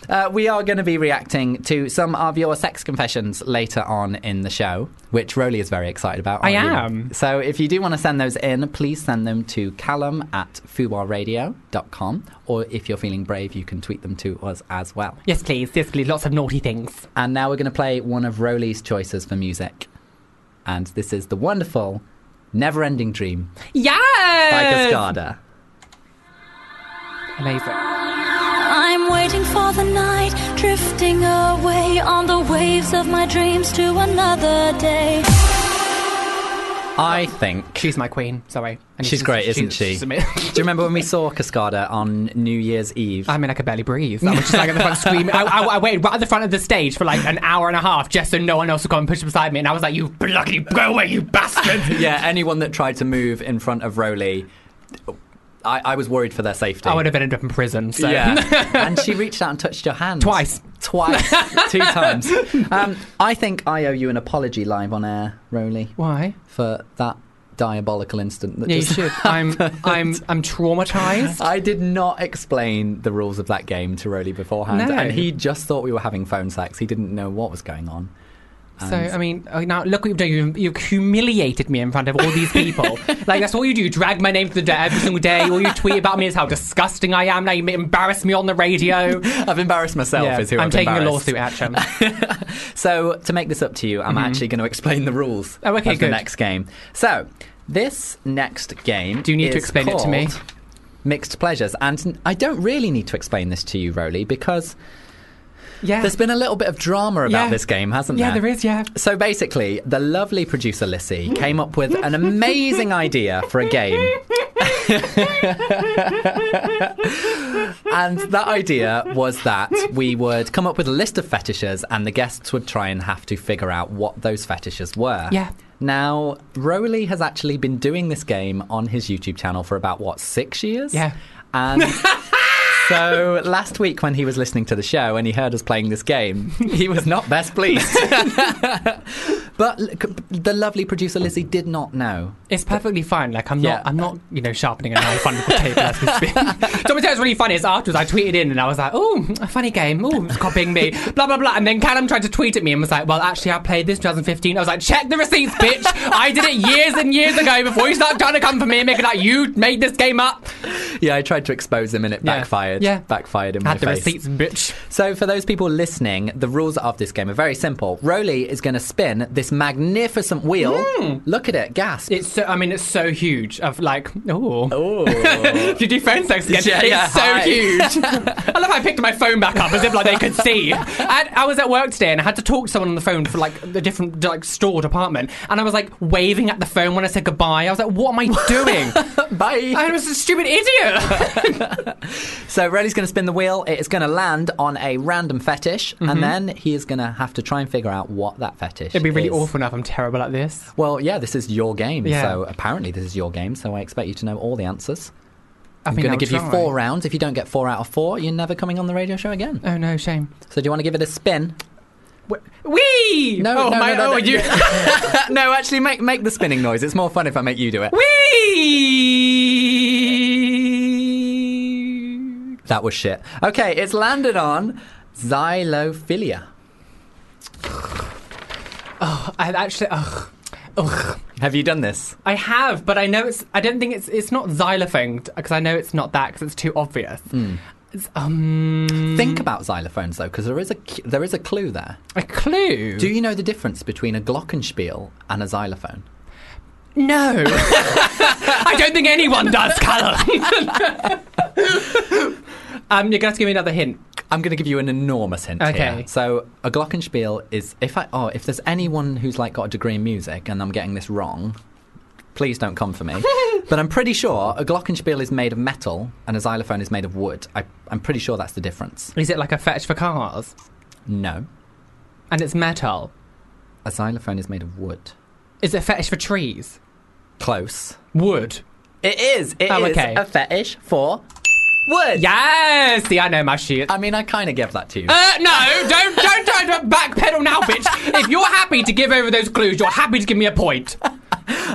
Speaker 4: Uh, we are going to be reacting to some of your sex confessions later on in the show, which Rowley is very excited about.
Speaker 5: I
Speaker 4: aren't you?
Speaker 5: am.
Speaker 4: So if you do want to send those in, please send them to callum at fubarradio.com, or if you're feeling brave, you can tweet them to us as well.
Speaker 5: yes, please. Yes, please. Lots of naughty things.
Speaker 4: And now we're going to play one of Rowley's choices for music. And this is the wonderful Never Ending Dream by
Speaker 5: Yes.
Speaker 4: Cascada.
Speaker 5: Amazing.
Speaker 9: I'm waiting for the night, drifting away on the waves of my dreams to another day.
Speaker 4: I think.
Speaker 5: She's my queen. Sorry. I need
Speaker 4: She's
Speaker 5: to-
Speaker 4: great, isn't she?
Speaker 5: she's
Speaker 4: Do
Speaker 5: ama-
Speaker 4: you remember when we saw Cascada on New Year's Eve?
Speaker 5: I mean, I could barely breathe. I was just like at the front screaming. I, I, I waited right at the front of the stage for like an hour and a half just so no one else would come and push beside me. And I was like, you bloody go away, you bastard.
Speaker 4: yeah, anyone that tried to move in front of Rowley, I, I was worried for their safety.
Speaker 5: I would have ended up in prison. So.
Speaker 4: Yeah. and she reached out and touched your hand.
Speaker 5: Twice.
Speaker 4: Twice. Two times. Um, I think I owe you an apology live on air, Rowley,
Speaker 5: Why?
Speaker 4: for that diabolical incident that
Speaker 5: Yeah, you
Speaker 4: just
Speaker 5: should. I'm, I'm, I'm traumatized.
Speaker 4: I did not explain the rules of that game to Rowley beforehand,
Speaker 5: No.
Speaker 4: and he just thought we were having phone sex. He didn't know what was going on.
Speaker 5: So I mean, oh, now look what you've done. You've, you've humiliated me in front of all these people. like that's all you do. You drag my name to the dirt every single day. All you tweet about me is how disgusting I am. Now you embarrass me on the radio.
Speaker 4: I've embarrassed myself.
Speaker 5: Yeah,
Speaker 4: Is who
Speaker 5: I'm
Speaker 4: I've
Speaker 5: taking a
Speaker 4: embarrassed.
Speaker 5: lawsuit action.
Speaker 4: So to make this up to you, I'm actually going to explain the rules
Speaker 5: Oh, okay,
Speaker 4: of the
Speaker 5: good.
Speaker 4: next game. So this next game.
Speaker 5: Do you need to
Speaker 4: is
Speaker 5: explain it to me?
Speaker 4: called Mixed pleasures, and I don't really need to explain this to you, Rowley, because
Speaker 5: yeah,
Speaker 4: there's been a little bit of drama about
Speaker 5: Yeah.
Speaker 4: this game, hasn't
Speaker 5: yeah,
Speaker 4: there?
Speaker 5: there is. Yeah,
Speaker 4: So basically, the lovely producer Lissy came up with an amazing idea for a game. and that idea was that we would come up with a list of fetishes and the guests would try and have to figure out what those fetishes were.
Speaker 5: Yeah.
Speaker 4: Now, Rowley has actually been doing this game on his YouTube channel for about, what, six years?
Speaker 5: Yeah.
Speaker 4: And So last week, when he was listening to the show and he heard us playing this game, he was not best pleased. but l- c- the lovely producer Lizzie did not know.
Speaker 5: It's perfectly fine. Like I'm
Speaker 4: Yeah.
Speaker 5: not, I'm not, you know, sharpening a knife under the table as we speak. Something that was really funny is afterwards I tweeted in and I was like, "Oh, a funny game. Oh, it's copying me." Blah blah blah. And then Callum tried to tweet at me and was like, "Well, actually, I played this 2015." I was like, "Check the receipts, bitch. I did it years and years ago before you start trying to come for me and make it like you made this game up."
Speaker 4: Yeah, I tried to expose him and it
Speaker 5: Yeah.
Speaker 4: backfired.
Speaker 5: Yeah.
Speaker 4: backfired in
Speaker 5: Had the
Speaker 4: my face.
Speaker 5: receipts, bitch.
Speaker 4: So, for those people listening, the rules of this game are very simple. Roly is going to spin this magnificent wheel.
Speaker 5: Hmm.
Speaker 4: Look at it, gasp.
Speaker 5: It's so, I mean, it's so huge. Of like, oh.
Speaker 4: Ooh.
Speaker 5: If you do phone sex again,
Speaker 4: Yeah,
Speaker 5: it's
Speaker 4: yeah,
Speaker 5: so
Speaker 4: hi.
Speaker 5: huge. I love how I picked my phone back up as if like they could see. And I was at work today and I had to talk to someone on the phone for like the different like store department, and I was like waving at the phone when I said goodbye. I was like, what am I doing?
Speaker 4: Bye.
Speaker 5: I was a stupid idiot.
Speaker 4: So Roly's going to spin the wheel. It is going to land on a random fetish, and then he is going to have to try and figure out what that fetish.
Speaker 5: Mm-hmm. It'd be really
Speaker 4: is.
Speaker 5: awful now if I'm terrible at this.
Speaker 4: Well, yeah, this is your game.
Speaker 5: Yeah.
Speaker 4: So apparently, this is your game. So I expect you to know all the answers.
Speaker 5: I
Speaker 4: I'm
Speaker 5: think
Speaker 4: going to
Speaker 5: I'll
Speaker 4: give you
Speaker 5: try.
Speaker 4: four rounds. If you don't get four out of four, you're never coming on the radio show again.
Speaker 5: Oh no, shame.
Speaker 4: So do you want to give it a spin?
Speaker 5: Wee!
Speaker 4: No,
Speaker 5: oh,
Speaker 4: no,
Speaker 5: my,
Speaker 4: no, no, no,
Speaker 5: oh, you.
Speaker 4: no, actually, make make the spinning noise. It's more fun if I make you do it.
Speaker 5: Wee!
Speaker 4: That was shit. Okay, it's landed on xylophilia.
Speaker 5: I actually, ugh, ugh.
Speaker 4: Have you done this?
Speaker 5: I have, but I know it's. I don't think it's. It's not xylophone because I know it's not that because it's too obvious. It's, um,
Speaker 4: Hmm. Think about xylophones though, because there is a c- there is a clue there.
Speaker 5: a clue.
Speaker 4: Do you know the difference between a glockenspiel and a xylophone?
Speaker 5: no, I don't think anyone does, Callum. um, you're gonna have to give me another hint.
Speaker 4: I'm going to give you an enormous hint
Speaker 5: Okay.
Speaker 4: here. So a glockenspiel is if I oh if there's anyone who's like got a degree in music and I'm getting this wrong, please don't come for me. but I'm pretty sure a glockenspiel is made of metal and a xylophone is made of wood. I, I'm pretty sure that's the difference.
Speaker 5: Is it like a fetch for cars?
Speaker 4: No,
Speaker 5: And it's metal.
Speaker 4: a xylophone is made of wood.
Speaker 5: Is it fetish for trees?
Speaker 4: Close.
Speaker 5: Wood.
Speaker 4: It is. It is
Speaker 5: Oh, okay.
Speaker 4: a fetish for wood.
Speaker 5: Yes. See, I know my shit.
Speaker 4: I mean, I kind of gave that to you.
Speaker 5: Uh, no, don't don't try to backpedal now, bitch. If you're happy to give over those clues, you're happy to give me a point.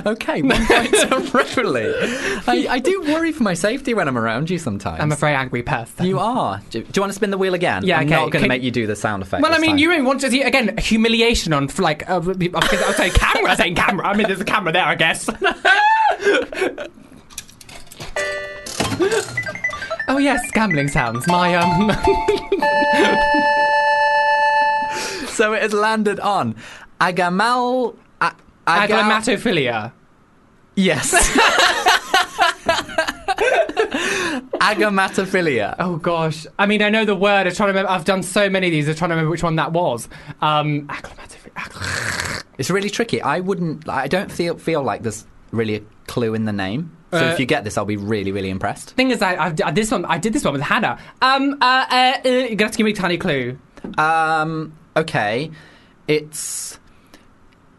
Speaker 4: okay, one point to Rosalie. I, I do worry for my safety when I'm around you sometimes.
Speaker 5: I'm a very angry person.
Speaker 4: You are. Do, do you want to spin the wheel again?
Speaker 5: Yeah,
Speaker 4: I'm
Speaker 5: okay.
Speaker 4: not going to
Speaker 5: Can-
Speaker 4: make you do the sound effect.
Speaker 5: well, I
Speaker 4: this
Speaker 5: mean,
Speaker 4: time.
Speaker 5: you want to see again humiliation on like uh, I was going to say camera, I was saying camera. I mean, there's a camera there, I guess. oh yes, gambling sounds. My um,
Speaker 4: So it has landed on Agamal. A- Aga-
Speaker 5: aglamatophilia.
Speaker 4: Yes. Agamatophilia.
Speaker 5: Oh gosh, I mean, I know the word. I'm trying to remember. I've done so many of these. I'm trying to remember which one that was. Um, aglamatophilia.
Speaker 4: It's really tricky. I wouldn't. I don't feel feel like there's really a clue in the name. So
Speaker 5: Uh,
Speaker 4: if you get this, I'll be really, really impressed.
Speaker 5: Thing is, I, I've, I this one. I did this one with Hannah. Um, uh, uh, uh, you're gonna have to give me a tiny clue.
Speaker 4: Um, okay, it's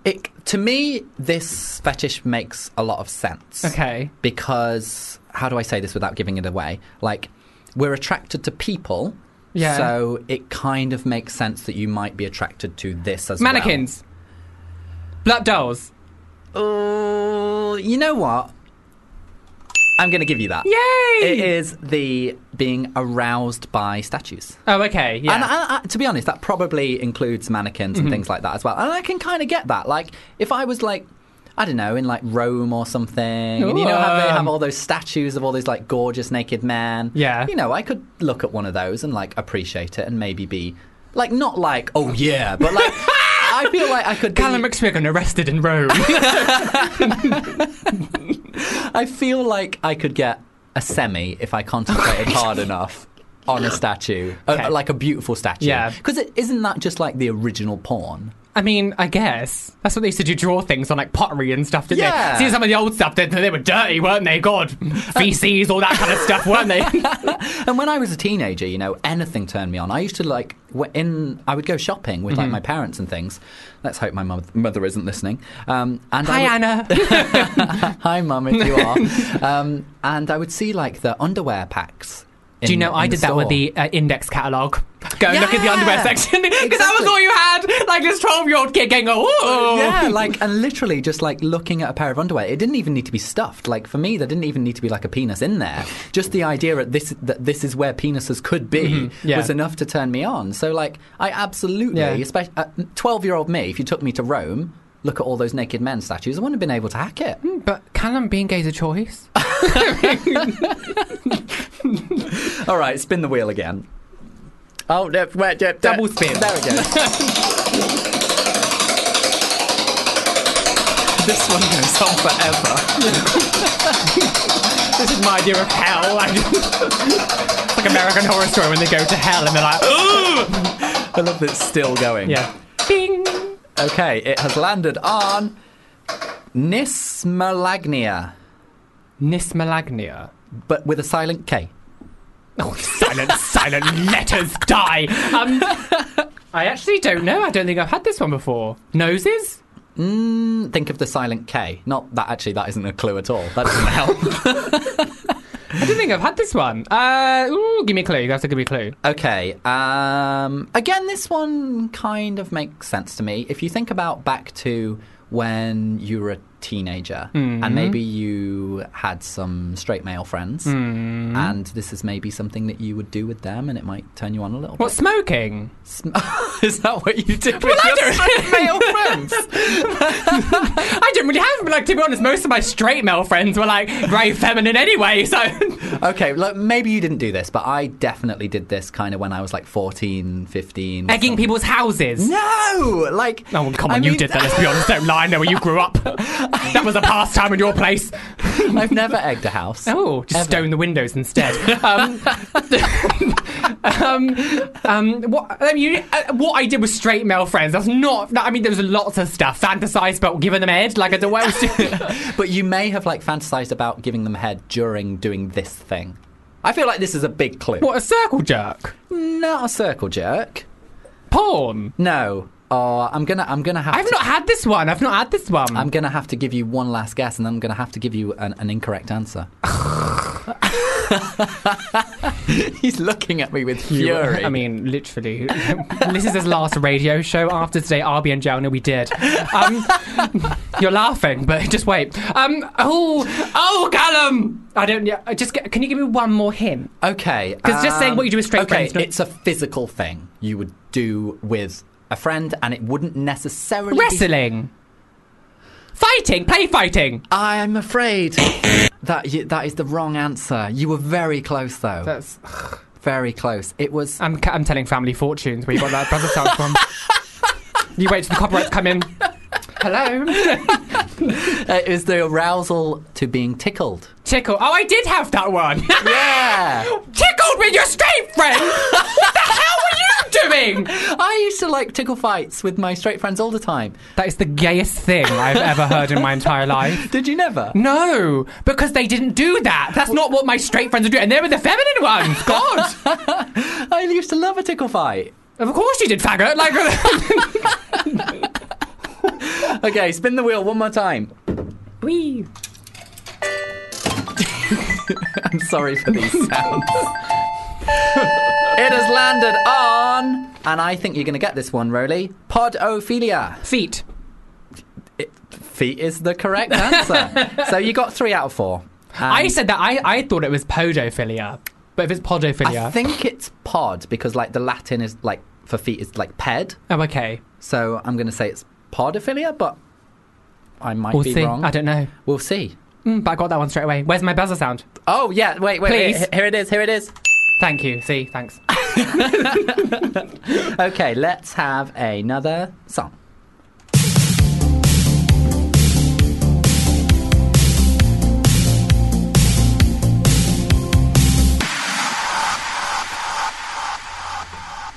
Speaker 4: it to me. This fetish makes a lot of sense.
Speaker 5: Okay.
Speaker 4: because how do I say this without giving it away? Like we're attracted to people.
Speaker 5: Yeah.
Speaker 4: So it kind of makes sense that you might be attracted to this as well.
Speaker 5: Mannequins. Blood dolls.
Speaker 4: Oh, you know what? I'm going to give you that.
Speaker 5: Yay!
Speaker 4: It is the being aroused by statues.
Speaker 5: Oh, okay. Yeah. Mm-hmm.
Speaker 4: And I, I, to be honest, that probably includes mannequins and things like that as well. And I can kind of get that. Like, if I was like, I don't know, in like Rome or something, and you know how they
Speaker 5: Ooh. um,
Speaker 4: have all those statues of all these like gorgeous naked men.
Speaker 5: Yeah.
Speaker 4: You know, I could look at one of those and like appreciate it and maybe be like, not like, oh yeah, but like, I feel like I could. be-
Speaker 5: Callum McSwiggan arrested in Rome.
Speaker 4: I feel like I could get a semi if I contemplated hard enough on a statue, Uh,
Speaker 5: Okay.
Speaker 4: like a beautiful statue.
Speaker 5: Yeah.
Speaker 4: Because it, isn't that just like the original porn?
Speaker 5: I mean, I guess that's what they used to do: draw things on like pottery and stuff, didn't
Speaker 4: Yeah.
Speaker 5: they? See some of the old stuff, they, they were dirty, weren't they? God, feces, all that kind of stuff, weren't they?
Speaker 4: And when I was a teenager, you know, anything turned me on. I used to like w- in. I would go shopping with
Speaker 5: Mm-hmm.
Speaker 4: like my parents and things. Let's hope my moth- mother isn't listening. Um, and I
Speaker 5: Hi,
Speaker 4: would-
Speaker 5: Anna.
Speaker 4: Hi, mum, if you are. um, and I would see like the underwear packs. In,
Speaker 5: Do you know I
Speaker 4: in
Speaker 5: did that
Speaker 4: store.
Speaker 5: with the uh, index catalog? Go and look at the
Speaker 4: Yeah.
Speaker 5: underwear section because that was
Speaker 4: Exactly.
Speaker 5: all you had. Like this twelve-year-old kid going, "Oh,
Speaker 4: Yeah, like and literally just like looking at a pair of underwear. It didn't even need to be stuffed. Like for me, there didn't even need to be like a penis in there. Just the idea that this that this is where penises could be
Speaker 5: Mm-hmm. yeah.
Speaker 4: was enough to turn me on. So like I absolutely,
Speaker 5: Yeah.
Speaker 4: especially twelve-year-old me, if you took me to Rome. Look at all those naked men statues. I wouldn't have been able to hack it.
Speaker 5: But Callum being gay is a choice.
Speaker 4: All right, spin the wheel again. Oh, no, wait, yeah,
Speaker 5: Double
Speaker 4: yeah.
Speaker 5: spin.
Speaker 4: There we go.
Speaker 5: this one goes on forever. this is my idea of hell. Like, like American Horror Story when they go to hell and they're like, "Ooh,
Speaker 4: I love that it's still going.
Speaker 5: yeah, bing."
Speaker 4: Okay, it has landed on Nismalagnia,
Speaker 5: Nismalagnia.
Speaker 4: but with a silent K.
Speaker 5: Oh, silent, silent letters die. Um, I actually don't know. I don't think I've had this one before. Noses?
Speaker 4: Mm, Think of the silent K. Not that actually, that isn't a clue at all. That doesn't help.
Speaker 5: I don't think I've had this one. Uh, ooh, give me a clue. You have to give me a clue.
Speaker 4: okay, um, again, this one kind of makes sense to me. If you think about back to when you were a teenager and maybe you had some straight male friends, and this is maybe something that you would do with them and it might turn you on a little
Speaker 5: What, smoking?
Speaker 4: bit. is that what you did with
Speaker 5: I
Speaker 4: your straight male
Speaker 5: don't-
Speaker 4: friends?
Speaker 5: I don't really have, like, to be honest, most of my straight male friends were, like, very feminine anyway, so.
Speaker 4: Okay, look, maybe you didn't do this, but I definitely did this kind of when I was like 14, 15.
Speaker 5: Egging people's houses.
Speaker 4: No! Like.
Speaker 5: Oh, well, come
Speaker 4: I
Speaker 5: on, you
Speaker 4: mean,
Speaker 5: did that, let's be honest. Don't lie, I know where you grew up. that was a pastime in your place.
Speaker 4: I've never egged a house.
Speaker 5: Oh, just stone the windows instead. Um, um, um, what, I mean, uh, what I did with straight male friends, that's not, no, I mean, there was lots of stuff. Fantasized about giving them head, like, I don't know what else to-
Speaker 4: But you may have like fantasized about giving them head during doing this thing. I feel like this is a big clue.
Speaker 5: What, a circle jerk?
Speaker 4: Not a circle jerk.
Speaker 5: Porn?
Speaker 4: No. Oh, I'm gonna, I'm gonna have.
Speaker 5: I've
Speaker 4: to,
Speaker 5: not had this one. I've not had this one.
Speaker 4: I'm gonna have to give you one last guess, and then I'm gonna have to give you an, an incorrect answer. He's looking at me with fury.
Speaker 5: I mean, literally. this is his last radio show. After today, I'll be in jail. No, we did. Um, you're laughing, but just wait. Um, oh, oh, Callum. I don't. Yeah, I just get- can you give me one more hint?
Speaker 4: Okay. um,
Speaker 5: 'Cause just saying what you do with straight
Speaker 4: okay,
Speaker 5: friends, not-
Speaker 4: it's a physical thing you would do with a friend, and it wouldn't necessarily. be-
Speaker 5: Wrestling, fighting, play fighting.
Speaker 4: I'm afraid that you, that is the wrong answer. You were very close, though.
Speaker 5: That's.
Speaker 4: very close. It was.
Speaker 5: I'm. ca- I'm telling family fortunes where you got that brother sound from. you wait till the copyrights come in. Hello.
Speaker 4: uh, it was the arousal to being tickled.
Speaker 5: Tickle. Oh, I did have that one.
Speaker 4: Yeah.
Speaker 5: tickled with your straight friend? what the hell were you doing?
Speaker 4: I used to like tickle fights with my straight friends all the time.
Speaker 5: That is the gayest thing I've ever heard in my entire life.
Speaker 4: Did you never?
Speaker 5: No, because they didn't do that. That's not what my straight friends are doing. And they were the feminine ones. God.
Speaker 4: I used to love a tickle fight.
Speaker 5: of course you did, faggot. Like, uh,
Speaker 4: Okay, spin the wheel one more time.
Speaker 5: wee.
Speaker 4: I'm sorry for these sounds. it has landed on, and I think you're going to get this one, Roly. Podophilia.
Speaker 5: Feet.
Speaker 4: Feet is the correct answer. so you got three out of four. And
Speaker 5: I said that. I, I thought it was podophilia. But if it's podophilia.
Speaker 4: I think it's pod because like the Latin is like for feet is like ped.
Speaker 5: oh, okay.
Speaker 4: So I'm going to say it's podophilia, but I might
Speaker 5: We'll
Speaker 4: be
Speaker 5: see.
Speaker 4: wrong.
Speaker 5: I don't know.
Speaker 4: We'll see.
Speaker 5: Mm, but I got that one straight away. Where's my buzzer sound?
Speaker 4: Oh yeah, wait, wait, wait.
Speaker 5: Please.
Speaker 4: H- Here it is. Here it is.
Speaker 5: Thank you. See, thanks.
Speaker 4: Okay, let's have another song.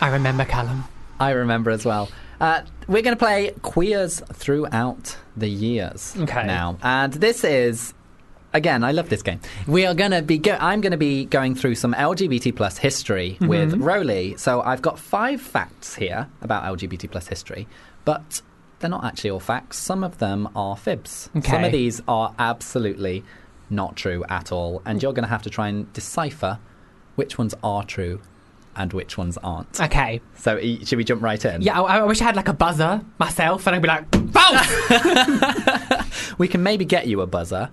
Speaker 5: I remember Callum.
Speaker 4: I remember as well. Uh, we're going to play queers throughout the years
Speaker 5: Okay.
Speaker 4: now, and this is again. I love this game. We are going to be. Go- I'm going to be going through some LGBT plus history
Speaker 5: Mm-hmm.
Speaker 4: with Roly. So I've got five facts here about LGBT plus history, but they're not actually all facts. Some of them are fibs. Some
Speaker 5: Okay.
Speaker 4: of these are absolutely not true at all, and you're going to have to try and decipher which ones are true and which ones aren't.
Speaker 5: Okay.
Speaker 4: So e- should we jump right in?
Speaker 5: Yeah, I, I wish I had like a buzzer myself, and I'd be like, false.
Speaker 4: We can maybe get you a buzzer.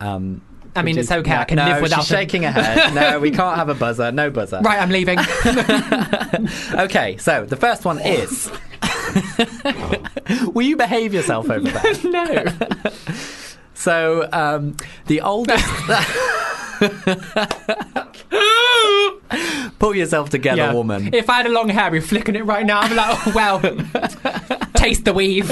Speaker 4: Um,
Speaker 5: I mean, it's okay.
Speaker 4: No,
Speaker 5: I can
Speaker 4: no,
Speaker 5: live without
Speaker 4: she's
Speaker 5: them.
Speaker 4: shaking her head. No, we can't have a buzzer. No buzzer.
Speaker 5: Right, I'm leaving.
Speaker 4: Okay, so the first one is. Will you behave yourself over there?
Speaker 5: no.
Speaker 4: So um, the oldest. Pull yourself together,
Speaker 5: Yeah.
Speaker 4: woman.
Speaker 5: If I had a long hair, I'd be flicking it right now. I'm like, oh, well, taste the weave.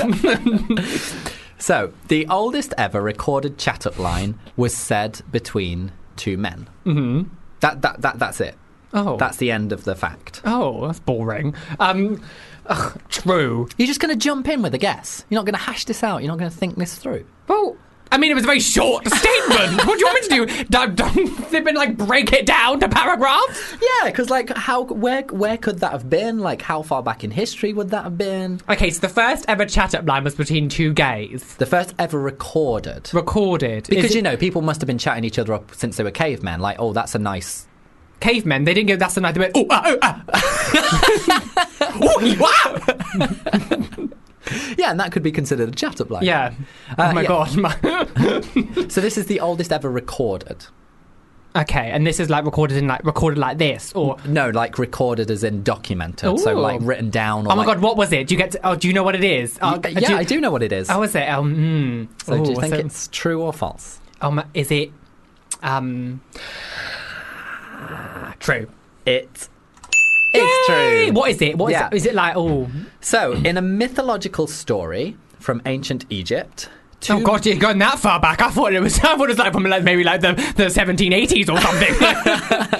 Speaker 4: So, the oldest ever recorded chat up line was said between two men. Mm-hmm. That, that, that, that's it.
Speaker 5: oh,
Speaker 4: That's the end of the fact.
Speaker 5: oh, that's boring. Um, ugh, true.
Speaker 4: You're just going to jump in with a guess. You're not going to hash this out. You're not going to think this through.
Speaker 5: Well, I mean, it was a very short statement. what do you want me to do? Don't, don't flip it, like break it down to paragraphs?
Speaker 4: Yeah, because like, how where where could that have been? Like, how far back in history would that have been?
Speaker 5: Okay, so the first ever chat up line was between two gays,
Speaker 4: The first ever recorded.
Speaker 5: recorded.
Speaker 4: Because
Speaker 5: Is it-
Speaker 4: you know, people must have been chatting each other up since they were cavemen. Like, oh, that's a nice.
Speaker 5: cavemen, they didn't go. That's the night they went. Oh, ah, oh, ah. Ooh, wow.
Speaker 4: Yeah, and that could be considered a chat up line.
Speaker 5: Yeah.
Speaker 4: Uh,
Speaker 5: oh my
Speaker 4: yeah.
Speaker 5: god. My-
Speaker 4: So this is the oldest ever recorded.
Speaker 5: okay, and this is like recorded in like recorded like this, or
Speaker 4: No, like recorded as in documented. So
Speaker 5: Ooh.
Speaker 4: like written down. Or
Speaker 5: Oh my
Speaker 4: like,
Speaker 5: god, what was it? Do you get? To, oh, do you know what it is? Oh,
Speaker 4: Y- yeah,
Speaker 5: do you-
Speaker 4: I Uh, do know what it is.
Speaker 5: How was it? Um, mm.
Speaker 4: so do you
Speaker 5: Ooh,
Speaker 4: think
Speaker 5: so-
Speaker 4: it's true or false?
Speaker 5: Um, is it? Um, true.
Speaker 4: It is
Speaker 5: Hey,
Speaker 4: true.
Speaker 5: What is it? What is
Speaker 4: Yeah.
Speaker 5: it? Is it like oh?
Speaker 4: So in a mythological story from ancient Egypt. two
Speaker 5: Oh god, you've gone that far back. I thought it was. I thought it was like from like maybe like the the seventeen eighties or something.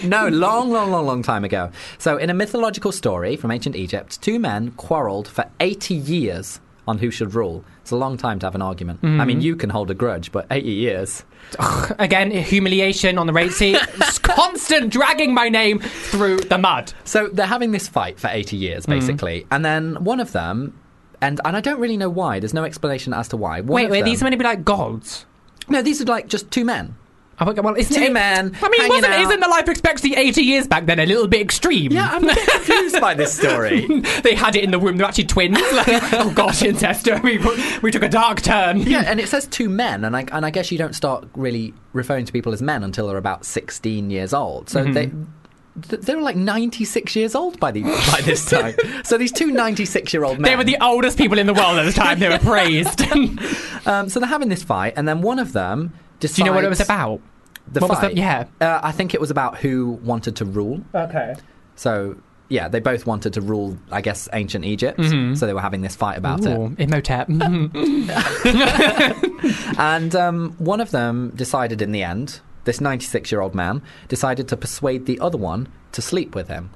Speaker 4: No, long, long, long, long time ago. So, in a mythological story from ancient Egypt, two men quarrelled for 80 years on who should rule. It's a long time to have an argument. I mean, you can hold a grudge, but 80 years.
Speaker 5: Again, humiliation on the rate seat. It's constant dragging my name through the mud.
Speaker 4: So, they're having this fight for 80 years, basically. And then one of them. And, and I don't really know why. There's no explanation as to why. One
Speaker 5: Wait,
Speaker 4: of
Speaker 5: wait,
Speaker 4: them-
Speaker 5: these are meant to be like gods.
Speaker 4: No, these are like just two men.
Speaker 5: Oh, okay, well, isn't
Speaker 4: Two
Speaker 5: it,
Speaker 4: men
Speaker 5: I mean,
Speaker 4: hanging
Speaker 5: wasn't
Speaker 4: out.
Speaker 5: isn't the life expectancy eighty years back then a little bit extreme?
Speaker 4: Yeah, I'm confused by this story.
Speaker 5: they had it in the room. They're actually twins. Like, oh gosh, incest. We, we took a dark turn.
Speaker 4: Yeah, and it says two men, and I and I guess you don't start really referring to people as men until they're about sixteen years old. So
Speaker 5: Mm-hmm.
Speaker 4: they. th- They were like 96 years old by, the, by this time. so these two 96 year old men.
Speaker 5: They were the oldest people in the world at the time. They were praised. Do
Speaker 4: um, so they're having this fight, and then one of them decides.
Speaker 5: you know what it was about?
Speaker 4: The
Speaker 5: What was the-
Speaker 4: fight.
Speaker 5: yeah.
Speaker 4: Uh, I think it was about who wanted to rule.
Speaker 5: Okay.
Speaker 4: So, yeah, they both wanted to rule, I guess, ancient Egypt.
Speaker 5: Mm-hmm.
Speaker 4: So they were having this fight about it.
Speaker 5: Ooh, Imhotep.
Speaker 4: Mm-hmm.
Speaker 5: Mhm.
Speaker 4: And um, one of them decided in the end, this 96 year old man decided to persuade the other one to sleep with him.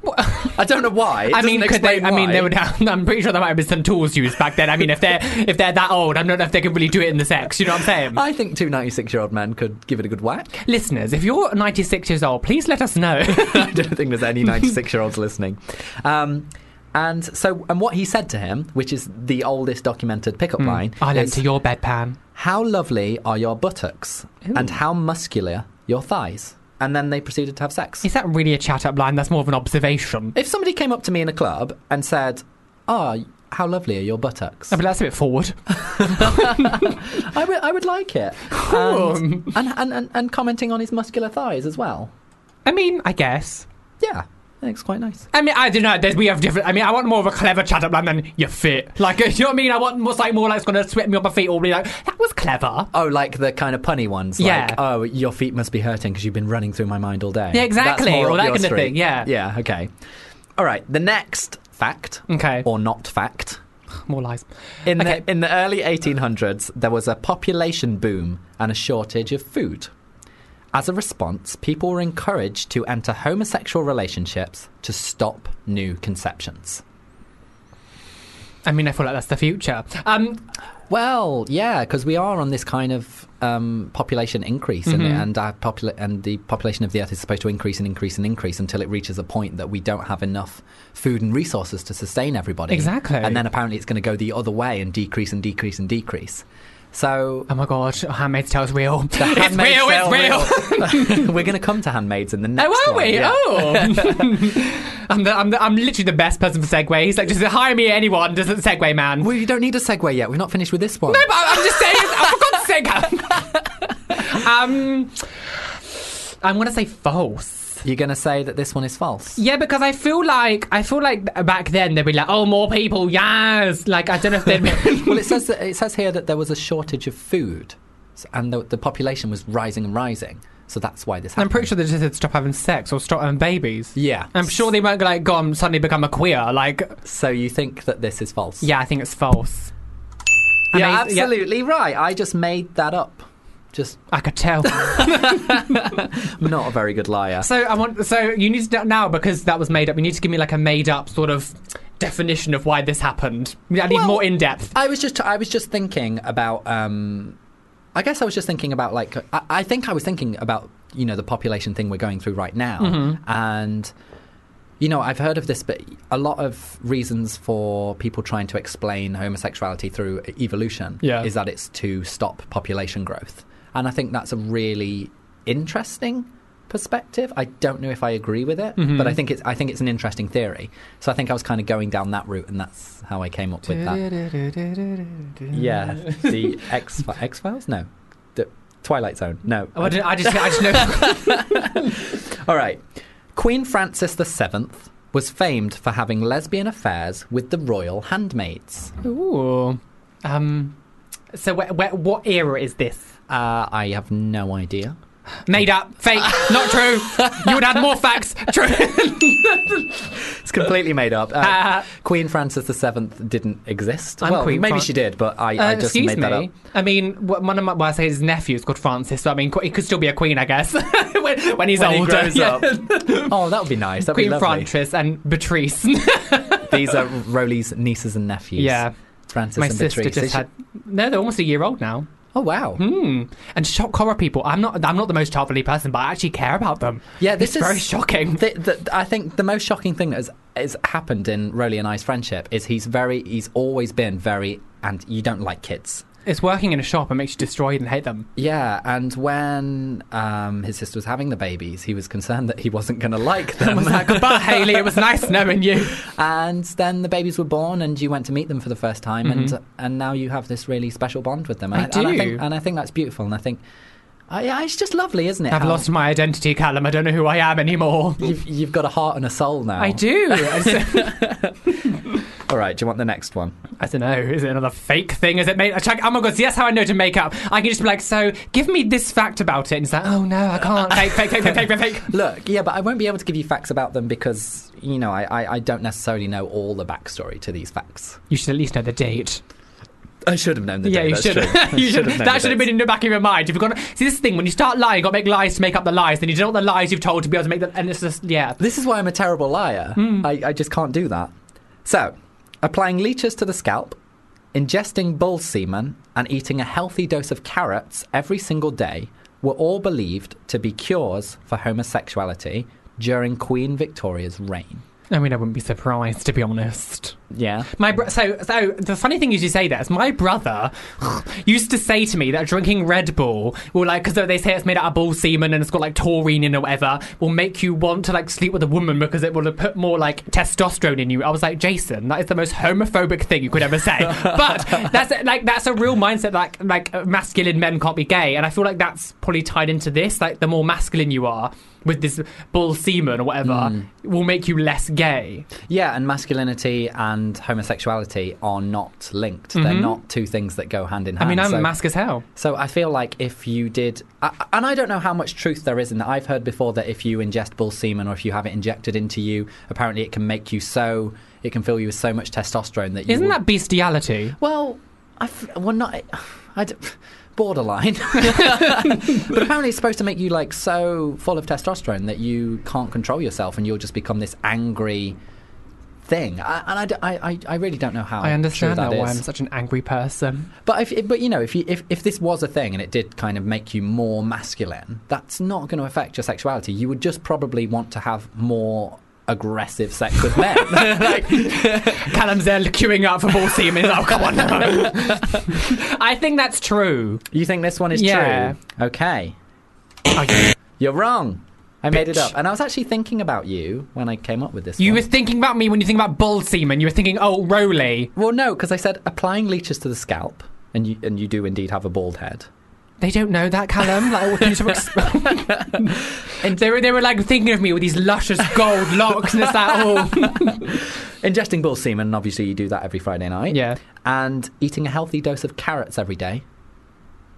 Speaker 4: I don't know why. It
Speaker 5: I mean,
Speaker 4: doesn't
Speaker 5: could they?
Speaker 4: explain
Speaker 5: I mean,
Speaker 4: why.
Speaker 5: they would. Have, I'm pretty sure there might have been some tools used back then. I mean, if they're if they're that old, I don't know if they could really do it in the sex. You know what I'm saying?
Speaker 4: I think two 96 year old men could give it a good whack.
Speaker 5: Listeners, if you're 96 years old, please let us know.
Speaker 4: I don't think there's any 96 year olds listening. Um, and so, and what he said to him, which is the oldest documented pickup line,
Speaker 5: Hmm. I'll
Speaker 4: is,
Speaker 5: enter your bedpan.
Speaker 4: How lovely are your buttocks and how muscular your thighs? And then they proceeded to have sex.
Speaker 5: Is that really a chat up line? That's more of an observation.
Speaker 4: If somebody came up to me in a club and said, "Ah, how lovely are your buttocks?"
Speaker 5: I mean, that's a bit forward.
Speaker 4: I would, I would like it. And, and, and, and, and commenting on his muscular thighs as well.
Speaker 5: I mean, I guess.
Speaker 4: Yeah, I think it's quite nice.
Speaker 5: I mean, I don't know. There's, we have different. I mean, I want more of a clever chat up line than you're fit. Like, you know what I mean? I want more, like, more like it's going to sweat me off my feet or be like, that was clever.
Speaker 4: Oh, like the kind of punny ones. Like,
Speaker 5: Yeah.
Speaker 4: oh, your feet must be hurting because you've been running through my mind all day.
Speaker 5: Yeah, exactly,
Speaker 4: That's more
Speaker 5: or
Speaker 4: up
Speaker 5: that
Speaker 4: your
Speaker 5: kind of
Speaker 4: street.
Speaker 5: thing, yeah.
Speaker 4: Yeah. Okay. All right. The next fact,
Speaker 5: Okay.
Speaker 4: or not fact.
Speaker 5: More lies.
Speaker 4: In
Speaker 5: Okay.
Speaker 4: the in the early 1800s, there was a population boom and a shortage of food. As a response, people were encouraged to enter homosexual relationships to stop new conceptions.
Speaker 5: I mean, I feel like that's the future. Um,
Speaker 4: Well, yeah, because we are on this kind of um, population increase, and,
Speaker 5: Mm-hmm.
Speaker 4: and our popula- and the population of the Earth is supposed to increase and increase and increase until it reaches a point that we don't have enough food and resources to sustain everybody.
Speaker 5: Exactly.
Speaker 4: and then apparently it's going to go the other way and decrease and decrease and decrease. So
Speaker 5: Oh my god, Handmaid's Tale is real. It's real,
Speaker 4: Handmaid's Tale
Speaker 5: it's real.
Speaker 4: will- We're going to come to Handmaids in the next
Speaker 5: Oh, are
Speaker 4: one,
Speaker 5: we?
Speaker 4: yeah.
Speaker 5: Oh. I'm, the, I'm, the, I'm literally the best person for segues. Like, just hire me anyone, just a segue man.
Speaker 4: Well, you don't need a segue yet. We've not finished with this one.
Speaker 5: No, but I'm just saying. I forgot to say. um, I'm gonna say false.
Speaker 4: You're going to say that this one is false.
Speaker 5: Yeah, because I feel like I feel like back then they'd be like, "Oh, more people, yes!" Like I don't know if they'd. Be-
Speaker 4: Well, it says that, it says here that there was a shortage of food, s- and the, the population was rising and rising. So that's why this happened.
Speaker 5: I'm pretty sure they just said stop having sex or stop having babies.
Speaker 4: Yeah.
Speaker 5: I'm sure they won't like go and suddenly become a queer. Like,
Speaker 4: So you think that this is false?
Speaker 5: yeah, I think it's false.
Speaker 4: You're
Speaker 5: Amazing. Yeah.
Speaker 4: absolutely right. I just made that up. Just
Speaker 5: I could tell.
Speaker 4: I'm not a very good liar.
Speaker 5: so I want. So you need to now because that was made up. You need to give me like a made up sort of definition of why this happened. I need
Speaker 4: Well,
Speaker 5: more in depth.
Speaker 4: I was just I was just thinking about um I guess I was just thinking about like I, I think I was thinking about you know the population thing we're going through right now and you know I've heard of this but a lot of reasons for people trying to explain homosexuality through evolution
Speaker 5: Yeah.
Speaker 4: is that it's to stop population growth and I think that's a really interesting perspective I don't know if I agree with it but I think it's I think it's an interesting theory so I think I was kind of going down that route and that's how I came up with that yeah, the X X Files. No, the Twilight Zone. No.
Speaker 5: Oh, I, didn't- I just, I just know.
Speaker 4: All right. Queen Frances VII was famed for having lesbian affairs with the royal handmaids.
Speaker 5: Ooh. Um. So, wh- wh- what era is this?
Speaker 4: Uh, I have no idea.
Speaker 5: Made up, fake, not true. You would add more facts. True.
Speaker 4: It's completely made up. Uh,
Speaker 5: Uh,
Speaker 4: Queen Frances VII didn't exist.
Speaker 5: I'm
Speaker 4: well,
Speaker 5: Queen
Speaker 4: maybe
Speaker 5: Fran-
Speaker 4: she did, but I,
Speaker 5: Uh,
Speaker 4: I just
Speaker 5: excuse
Speaker 4: made
Speaker 5: me.
Speaker 4: that up.
Speaker 5: I mean, wh- one of my well, I say his nephew is called Francis, so I mean, qu- he could still be a queen, I guess, when, when he's
Speaker 4: When he
Speaker 5: older.
Speaker 4: grows up. Oh, that would be nice. That'd be
Speaker 5: Queen
Speaker 4: lovely.
Speaker 5: Francis and Beatrice.
Speaker 4: These are Rowley's nieces and nephews.
Speaker 5: Yeah.
Speaker 4: Frances
Speaker 5: my
Speaker 4: and
Speaker 5: sister
Speaker 4: Beatrice. Is
Speaker 5: just
Speaker 4: she-
Speaker 5: had. No, they're almost a year old now.
Speaker 4: Oh wow.
Speaker 5: Hmm. And shock horror people. I'm not. I'm not the most childly person, but I actually care about them.
Speaker 4: Yeah, this
Speaker 5: It's
Speaker 4: is
Speaker 5: very shocking.
Speaker 4: The, the, I think the most shocking thing that has, has happened in Rowley and I's friendship is he's very, he's always been very, and you don't like kids.
Speaker 5: It's working in a shop and makes you destroyed and hate them.
Speaker 4: Yeah, and when um, his sister was having the babies, he was concerned that he wasn't going to like them.
Speaker 5: was like, goodbye, Haley. It was nice knowing you.
Speaker 4: and then the babies were born, and you went to meet them for the first time, and and now you have this really special bond with them. And
Speaker 5: Mm-hmm. I
Speaker 4: And I
Speaker 5: do.
Speaker 4: think, and I think that's beautiful. And I think, I, yeah, it's just lovely, isn't it?
Speaker 5: I've
Speaker 4: how
Speaker 5: lost my identity, Callum. I don't know who I am anymore.
Speaker 4: You've, you've got a heart and a soul now.
Speaker 5: I do. It's-
Speaker 4: All right, do you want the next one?
Speaker 5: I don't know. Is it another fake thing? Is it made? Check, oh my god! See, that's how I know to make up. I can just be like, so give me this fact about it, and it's like, oh no, I can't. Fake, fake, fake, fake, fake, fake. fake.
Speaker 4: Look, yeah, but I won't be able to give you facts about them because, you know, I, I, I don't necessarily know all the backstory to these facts.
Speaker 5: You should at least know the date.
Speaker 4: I should have known the
Speaker 5: yeah,
Speaker 4: date,
Speaker 5: you
Speaker 4: that's
Speaker 5: should.
Speaker 4: true. I
Speaker 5: you should.
Speaker 4: known the
Speaker 5: That should
Speaker 4: dates.
Speaker 5: have been in the back of your mind. If you're gonna see this is the thing, when you start lying, you got to make lies to make up the lies. Then you don't know the lies you've told to be able to make them. And it's just yeah.
Speaker 4: This is why I'm a terrible liar.
Speaker 5: Hmm.
Speaker 4: I, I just can't do that. So, applying leeches to the scalp, ingesting bull semen, and eating a healthy dose of carrots every single day were all believed to be cures for homosexuality during Queen Victoria's reign.
Speaker 5: I mean, I wouldn't be surprised to be honest.
Speaker 4: Yeah.
Speaker 5: My bro- so so the funny thing is you say that is my brother used to say to me that drinking Red Bull will like because they say it's made out of bull semen and it's got like taurine in or whatever will make you want to like sleep with a woman because it will have put more like testosterone in you. I was like Jason, that is the most homophobic thing you could ever say. but that's like that's a real mindset like like uh, masculine men can't be gay and I feel like that's probably tied into this like the more masculine you are with this bull semen or whatever will make you less gay.
Speaker 4: Yeah, and masculinity and homosexuality are not linked. They're not two things that go hand in hand.
Speaker 5: Mm-hmm. I mean, I'm
Speaker 4: so,
Speaker 5: mask as hell.
Speaker 4: so I feel like if you did, I, and I don't know how much truth there is in that. I've heard before that if you ingest bull semen or if you have it injected into you, apparently it can make you so, it can fill you with so much testosterone that you.
Speaker 5: Isn't
Speaker 4: will-
Speaker 5: that bestiality?
Speaker 4: Well, I f- well not. I d- borderline, but apparently it's supposed to make you like so full of testosterone that you can't control yourself and you'll just become this angry thing. I, and I, d- I- I- I really don't know how.
Speaker 5: I understand
Speaker 4: true
Speaker 5: now
Speaker 4: that
Speaker 5: why I'm
Speaker 4: is.
Speaker 5: such an angry person.
Speaker 4: but if, if- but you know, if you if, if this was a thing and it did kind of make you more masculine, that's not going to affect your sexuality. You would just probably want to have more aggressive sex with men.
Speaker 5: like Callum's there queuing up for ball semen. Oh, come on! I think that's true.
Speaker 4: you think this one is
Speaker 5: Yeah.
Speaker 4: true? Okay.
Speaker 5: Okay.
Speaker 4: You're wrong. I made it
Speaker 5: Bitch.
Speaker 4: up. And I was actually thinking about you when I came up with this.
Speaker 5: You were
Speaker 4: one.
Speaker 5: thinking about me when you think about ball semen. You were thinking, oh, Rowley.
Speaker 4: Well, no, because I said applying leeches to the scalp, and you and you do indeed have a bald head.
Speaker 5: They don't know that, Callum. Like, what can you sort of exp- and they were, they were like thinking of me with these luscious gold locks, and it's like, oh,
Speaker 4: Ingesting bull semen, and obviously you do that every Friday night.
Speaker 5: Yeah.
Speaker 4: And eating a healthy dose of carrots every day.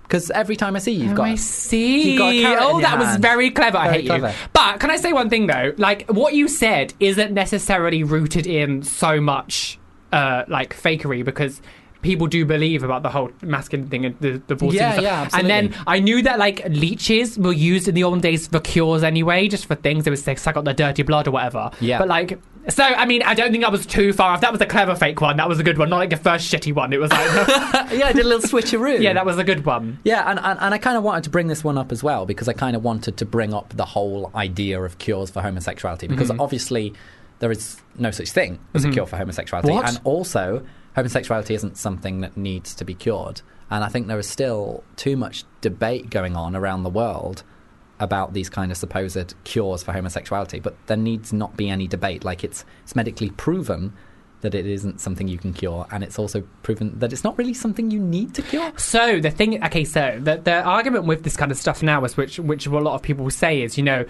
Speaker 4: Because every time I see you, you've got.
Speaker 5: Oh, I see.
Speaker 4: you've got a carrot in
Speaker 5: oh,
Speaker 4: your
Speaker 5: that was
Speaker 4: hand.
Speaker 5: very clever. I
Speaker 4: Very
Speaker 5: hate
Speaker 4: clever.
Speaker 5: you. But can I say one thing though? Like, what you said isn't necessarily rooted in so much uh, like fakery because. People do believe about the whole masculine thing and the, the ball
Speaker 4: Yeah,
Speaker 5: semen stuff.
Speaker 4: yeah, absolutely.
Speaker 5: And then I knew that like leeches were used in the old days for cures anyway, just for things they would say suck up the dirty blood or whatever.
Speaker 4: Yeah.
Speaker 5: But like, so I mean, I don't think I was too far off. That was a clever fake one. That was a good one, not like the first shitty one. It was like,
Speaker 4: yeah, I did a little switcheroo.
Speaker 5: yeah, that was a good one.
Speaker 4: Yeah, and, and, and I kind of wanted to bring this one up as well because I kind of wanted to bring up the whole idea of cures for homosexuality because obviously there is no such thing as a cure for homosexuality.
Speaker 5: What?
Speaker 4: And also, homosexuality isn't something that needs to be cured. And I think there is still too much debate going on around the world about these kind of supposed cures for homosexuality, but there needs not be any debate. Like it's it's medically proven that it isn't something you can cure, and it's also proven that it's not really something you need to cure.
Speaker 5: So the thing, okay, so the, the argument with this kind of stuff now is which which a lot of people will say is you know.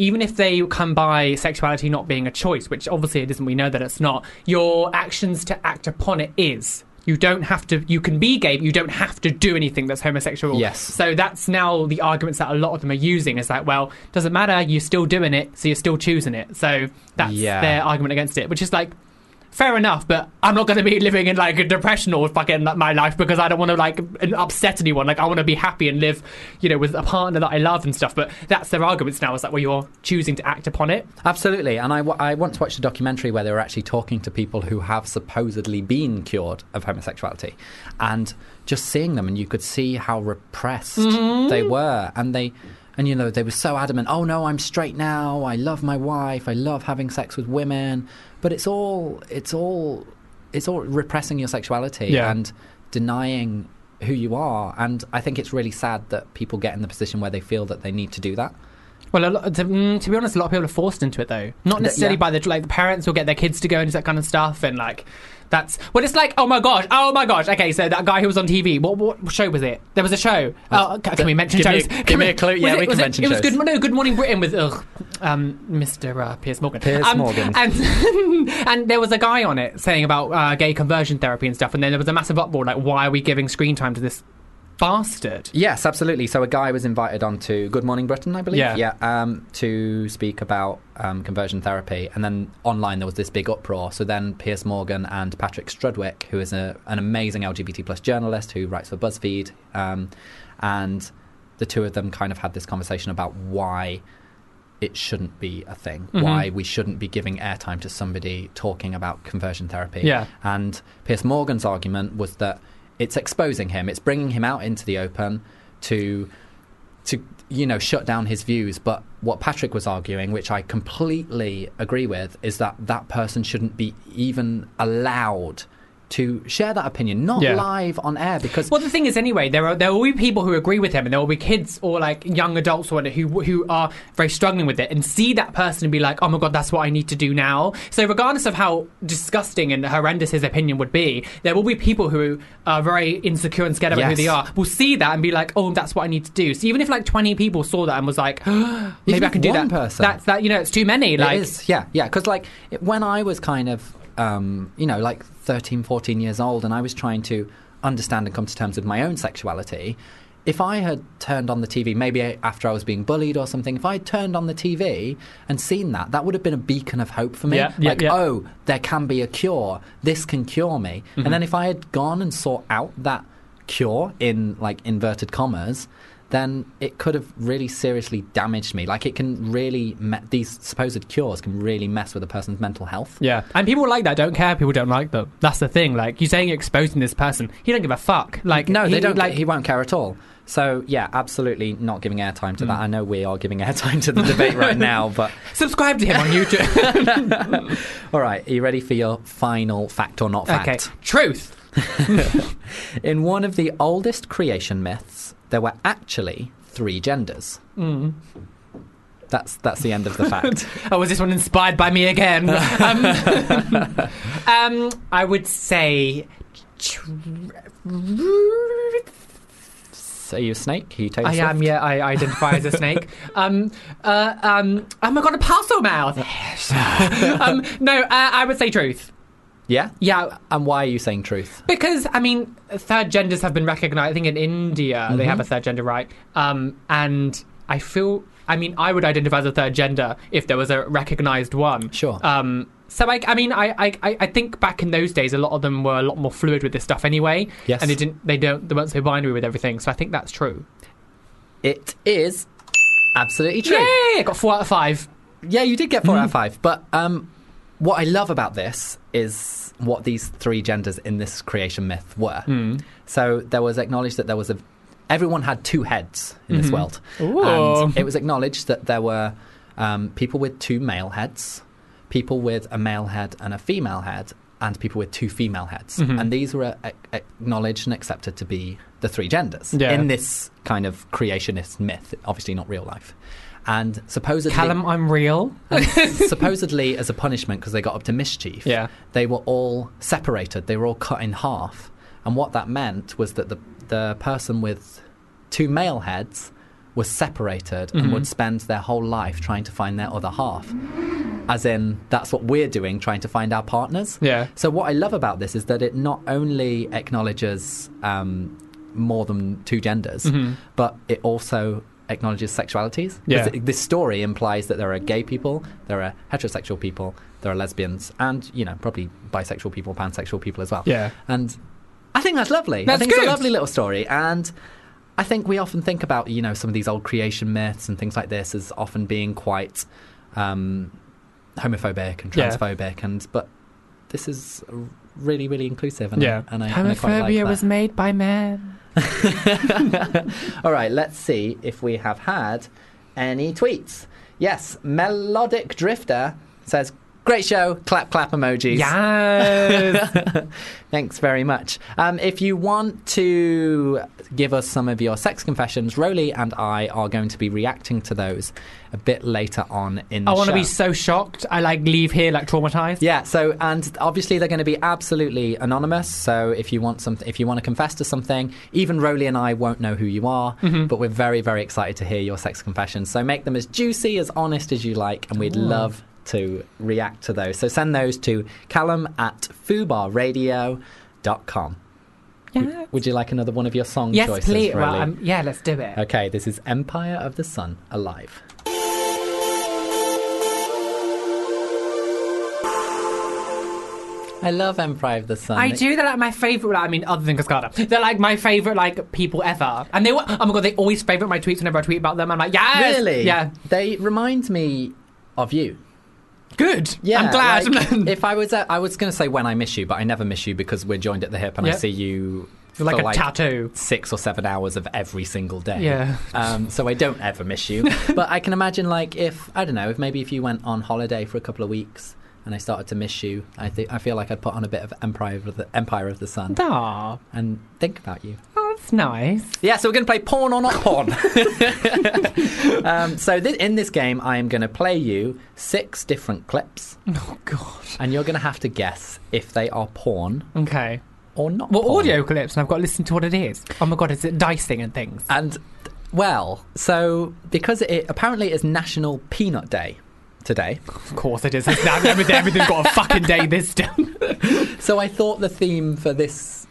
Speaker 5: Even if they come by sexuality not being a choice, which obviously it isn't, we know that it's not. Your actions to act upon it is. You don't have to. You can be gay, but you don't have to do anything that's homosexual.
Speaker 4: Yes.
Speaker 5: So that's now the arguments that a lot of them are using. Is like, well, doesn't matter. You're still doing it, so you're still choosing it. So that's
Speaker 4: Yeah.
Speaker 5: their argument against it, which is like, fair enough, but I'm not going to be living in like a depression or fucking like, my life because I don't want to like an- upset anyone. Like I want to be happy and live, you know, with a partner that I love and stuff. But that's their arguments now. Is that where you're choosing to act upon it?
Speaker 4: Absolutely. And I, wa- I once watched a documentary where they were actually talking to people who have supposedly been cured of homosexuality and just seeing them, and you could see how repressed they were. And they. And you know they were so adamant. Oh no, I'm straight now. I love my wife. I love having sex with women. But it's all, it's all, it's all repressing your sexuality
Speaker 5: Yeah.
Speaker 4: and denying who you are. And I think it's really sad that people get in the position where they feel that they need to do that.
Speaker 5: Well, a lot, to, mm, to be honest, a lot of people are forced into it though. Not necessarily
Speaker 4: yeah.
Speaker 5: by the like the parents will get their kids to go into that kind of stuff and like. That's well. It's like, oh my gosh, oh my gosh. Okay, so that guy who was on TV, what, what show was it? There was a show. Oh, can, can we mention
Speaker 4: give me
Speaker 5: shows?
Speaker 4: a- give
Speaker 5: Can
Speaker 4: me
Speaker 5: we-
Speaker 4: a clue.
Speaker 5: was
Speaker 4: Yeah,
Speaker 5: it-
Speaker 4: we can
Speaker 5: was it-
Speaker 4: mention
Speaker 5: It was
Speaker 4: shows.
Speaker 5: good. No, Good Morning Britain with ugh, um, Mr. Uh, Piers Morgan.
Speaker 4: Piers
Speaker 5: Um,
Speaker 4: Morgan.
Speaker 5: And and there was a guy on it saying about uh, gay conversion therapy and stuff. And then there was a massive uproar like, why are we giving screen time to this bastard?
Speaker 4: Yes, absolutely. So a guy was invited on to Good Morning Britain, I believe.
Speaker 5: Yeah.
Speaker 4: um, to speak about um, conversion therapy, and then online there was this big uproar. So then Piers Morgan and Patrick Strudwick, who is a, an amazing LGBT plus journalist who writes for BuzzFeed, um, and the two of them kind of had this conversation about why it shouldn't be a thing,
Speaker 5: Mm-hmm.
Speaker 4: why we shouldn't be giving airtime to somebody talking about conversion therapy.
Speaker 5: Yeah.
Speaker 4: And Piers Morgan's argument was that it's exposing him, it's bringing him out into the open to to you know shut down his views but what Patrick was arguing which I completely agree with is that that person shouldn't be even allowed to share that opinion not
Speaker 5: Yeah.
Speaker 4: live on air because
Speaker 5: Well, the thing is, anyway, there are there will be people who agree with him, and there will be kids or like young adults or whatever who who are very struggling with it, and see that person and be like, "Oh my god, that's what I need to do now." So, regardless of how disgusting and horrendous his opinion would be, there will be people who are very insecure and scared about who
Speaker 4: Yes.
Speaker 5: they are will see that and be like, "Oh, that's what I need to do." So, even if like twenty people saw that and was like, "Maybe I
Speaker 4: if
Speaker 5: can do
Speaker 4: one
Speaker 5: that,"
Speaker 4: person-
Speaker 5: that's that you know, it's too many. Like,
Speaker 4: it is yeah yeah because like it- when i was kind of um, you know like 13 14 years old and i was trying to understand and come to terms with my own sexuality if i had turned on the tv maybe I- after i was being bullied or something if i had turned on the tv and seen that that would have been a beacon of hope for me
Speaker 5: Yeah, yeah,
Speaker 4: like
Speaker 5: yeah.
Speaker 4: oh there can be a cure this can cure me and then if i had gone and sought out that cure in like inverted commas then it could have really seriously damaged me. Like it can really me- these supposed cures can really mess with a person's mental health.
Speaker 5: Yeah, and people like that don't care. People don't like them. That's the thing. Like you're saying, you're exposing this person. He don't give a fuck. Like
Speaker 4: No,
Speaker 5: he,
Speaker 4: they don't.
Speaker 5: Like
Speaker 4: Like, he won't care at all. So yeah, absolutely not giving airtime to that. I know we are giving airtime to the debate right now, but
Speaker 5: subscribe to him on YouTube.
Speaker 4: all right. Are you ready for your final fact or not fact?
Speaker 5: okay, truth.
Speaker 4: In one of the oldest creation myths, there were actually three genders.
Speaker 5: Mm.
Speaker 4: That's that's the end of the fact.
Speaker 5: Oh, was this one inspired by me again? um, um, I would say
Speaker 4: so you a snake? Are you Taylor
Speaker 5: I am.
Speaker 4: Swift?
Speaker 5: Yeah, I identify as a snake. Um, uh, um, oh my god, a parcel mouth. um, no, uh, I would say truth.
Speaker 4: Yeah.
Speaker 5: Yeah,
Speaker 4: And why are you saying truth?
Speaker 5: Because I mean, third genders have been recognised. I think in India they
Speaker 4: Mm-hmm.
Speaker 5: have a third gender right, um, and I feel. I mean, I would identify as a third gender if there was a recognised one.
Speaker 4: Sure.
Speaker 5: Um, so I, I mean, I, I, I I think back in those days, a lot of them were a lot more fluid with this stuff anyway.
Speaker 4: Yes.
Speaker 5: And they didn't, they don't, they weren't so binary with everything. So I think that's true.
Speaker 4: It is absolutely true.
Speaker 5: Yay! I got four out of five.
Speaker 4: Yeah, you did get four out
Speaker 5: Hmm.
Speaker 4: of five. But um, what I love about this is what these three genders in this creation myth were.
Speaker 5: Hmm.
Speaker 4: So there was acknowledged that there was a. Everyone had two heads in this world.
Speaker 5: Mm-hmm. Ooh.
Speaker 4: And it was acknowledged that there were um, people with two male heads, people with a male head and a female head, and people with two female heads.
Speaker 5: Mm-hmm.
Speaker 4: And these were a- acknowledged and accepted to be the three genders
Speaker 5: Yeah.
Speaker 4: in this kind of creationist myth, obviously not real life. And supposedly.
Speaker 5: Callum, I'm real.
Speaker 4: And supposedly, as a punishment because they got up to mischief,
Speaker 5: Yeah.
Speaker 4: they were all separated. They were all cut in half. And what that meant was that the, the person with two male heads was separated and
Speaker 5: Mm-hmm.
Speaker 4: would spend their whole life trying to find their other half. As in, that's what we're doing, trying to find our partners.
Speaker 5: Yeah.
Speaker 4: So, what I love about this is that it not only acknowledges um, more than two genders, but it also acknowledges sexualities. 'Cause
Speaker 5: Mm-hmm. Yeah.
Speaker 4: it- this story implies that there are gay people, there are heterosexual people, there are lesbians, and you know probably bisexual people, pansexual people as well.
Speaker 5: Yeah.
Speaker 4: and I think that's lovely. I
Speaker 5: That's
Speaker 4: think it's
Speaker 5: good.
Speaker 4: a lovely little story, and I think we often think about you know some of these old creation myths and things like this as often being quite um, homophobic and
Speaker 5: Yeah.
Speaker 4: transphobic, and but this is really really inclusive and
Speaker 5: Yeah.
Speaker 4: I, and I, and I quite like
Speaker 5: Homophobia
Speaker 4: that.
Speaker 5: was made by men.
Speaker 4: All right, let's see if we have had any tweets. Yes, Melodic Drifter says, Great show, clap, clap emojis.
Speaker 5: Yes.
Speaker 4: Thanks very much. Um, if you want to give us some of your sex confessions, Roly and I are going to be reacting to those a bit later on in the
Speaker 5: I want to
Speaker 4: show.
Speaker 5: be so shocked. I like leave here like traumatized.
Speaker 4: Yeah. So, and obviously they're going to be absolutely anonymous. So, if you want something, if you want to confess to something, even Rowley and I won't know who you are.
Speaker 5: Mm-hmm.
Speaker 4: But we're very, very excited to hear your sex confessions. So, make them as juicy, as honest as you like, and we'd love to react to those. So, send those to Callum at foobarradio.com.
Speaker 5: Yeah.
Speaker 4: Would you like another one of your song
Speaker 5: Yes,
Speaker 4: choices?
Speaker 5: please. Well,
Speaker 4: Rowley?
Speaker 5: um, yeah, let's do it.
Speaker 4: okay, this is Empire of the Sun, Alive. I love Empire of the Sun.
Speaker 5: I do. They're like my favorite. Like, I mean, other than Cascada, they're like my favorite like people ever. And they were. Oh my god, they always favorite my tweets whenever I tweet about them. I'm like, yes,
Speaker 4: Really?
Speaker 5: yeah,
Speaker 4: They remind me of you.
Speaker 5: good.
Speaker 4: Yeah.
Speaker 5: I'm glad.
Speaker 4: like, if I was, at, I was going to say when I miss you, but I never miss you because we're joined at the hip, and
Speaker 5: Yeah.
Speaker 4: I see you for
Speaker 5: like a tattoo.
Speaker 4: six or seven hours of every single day.
Speaker 5: Yeah.
Speaker 4: Um, so I don't ever miss you, but I can imagine like if I don't know if maybe if you went on holiday for a couple of weeks. And I started to miss you. I think I feel like I'd put on a bit of Empire of the Empire of the Sun
Speaker 5: Aw,
Speaker 4: and think about you.
Speaker 5: that's nice.
Speaker 4: Yeah, so we're going to play Porn or Not Porn. um, so th- in this game, I am going to play you six different clips,
Speaker 5: Oh god.
Speaker 4: and you're going to have to guess if they are porn
Speaker 5: Okay.
Speaker 4: or not.
Speaker 5: Well,
Speaker 4: porn.
Speaker 5: audio clips, and I've got to listen to what it is. Oh my god, is it dicing and things?
Speaker 4: And well, so because it apparently is National Peanut Day today,
Speaker 5: Of course it is. It's now- everything- Everything's got a fucking day this done.
Speaker 4: so I thought the theme for this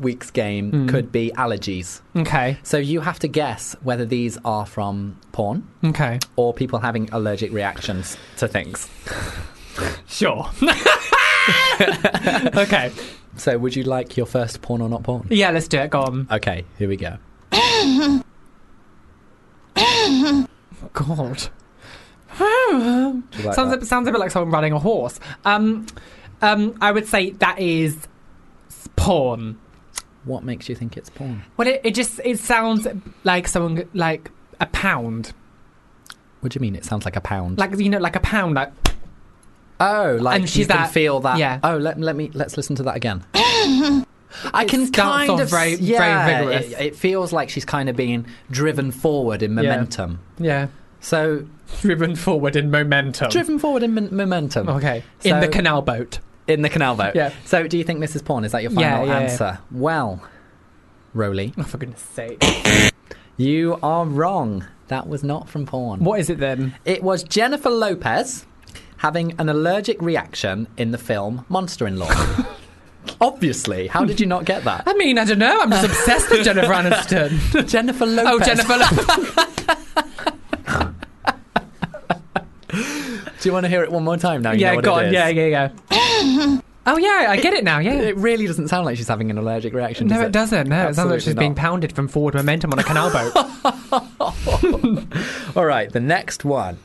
Speaker 4: week's game could be allergies.
Speaker 5: Okay.
Speaker 4: So you have to guess whether these are from porn
Speaker 5: Okay.
Speaker 4: or people having allergic reactions to things.
Speaker 5: Sure. okay.
Speaker 4: So would you like your first porn or not porn?
Speaker 5: Yeah, let's do it. Go on.
Speaker 4: Okay, here we go.
Speaker 5: God.
Speaker 4: Do you like
Speaker 5: sounds
Speaker 4: that?
Speaker 5: a, sounds a bit like someone riding a horse. Um, um, I would say that is s- porn.
Speaker 4: What makes you think it's porn?
Speaker 5: Well, it, it just it sounds like someone g- like a pound,
Speaker 4: What do you mean? It sounds like a pound.
Speaker 5: like you know, like a pound. Like
Speaker 4: oh, like
Speaker 5: And she's
Speaker 4: you can
Speaker 5: that-
Speaker 4: feel that.
Speaker 5: yeah.
Speaker 4: Oh, let, let me let's listen to that again. I
Speaker 5: It
Speaker 4: can
Speaker 5: starts
Speaker 4: kind
Speaker 5: off
Speaker 4: of
Speaker 5: very-
Speaker 4: yeah,
Speaker 5: very vigorous.
Speaker 4: It, it feels like she's kind of being driven forward in momentum.
Speaker 5: yeah,
Speaker 4: So
Speaker 5: driven forward in momentum.
Speaker 4: driven forward in m- momentum.
Speaker 5: Okay,
Speaker 4: So-
Speaker 5: in the canal boat.
Speaker 4: In the canal boat.
Speaker 5: Yeah.
Speaker 4: So do you think this is porn? Is that your
Speaker 5: Yeah,
Speaker 4: final
Speaker 5: yeah, yeah.
Speaker 4: answer? Well, Roly,
Speaker 5: Oh, for goodness' sake!
Speaker 4: you are wrong. That was not from porn.
Speaker 5: what is it then?
Speaker 4: It was Jennifer Lopez having an allergic reaction in the film Monster in Law. Obviously. How did you not get that?
Speaker 5: I mean, I don't know. I'm just obsessed with Jennifer Aniston.
Speaker 4: Jennifer Lopez.
Speaker 5: oh, Jennifer. Lo-
Speaker 4: Do you want to hear it one more time now? You know
Speaker 5: yeah,
Speaker 4: what
Speaker 5: go
Speaker 4: it
Speaker 5: on.
Speaker 4: is?
Speaker 5: Yeah, yeah, yeah. oh yeah, I get it now. Yeah.
Speaker 4: It really doesn't sound like she's having an allergic reaction.
Speaker 5: no,
Speaker 4: does
Speaker 5: it, doesn't. No, it sounds like
Speaker 4: Absolutely
Speaker 5: she's being
Speaker 4: not.
Speaker 5: pounded from forward momentum on a canal boat.
Speaker 4: All right, the next one.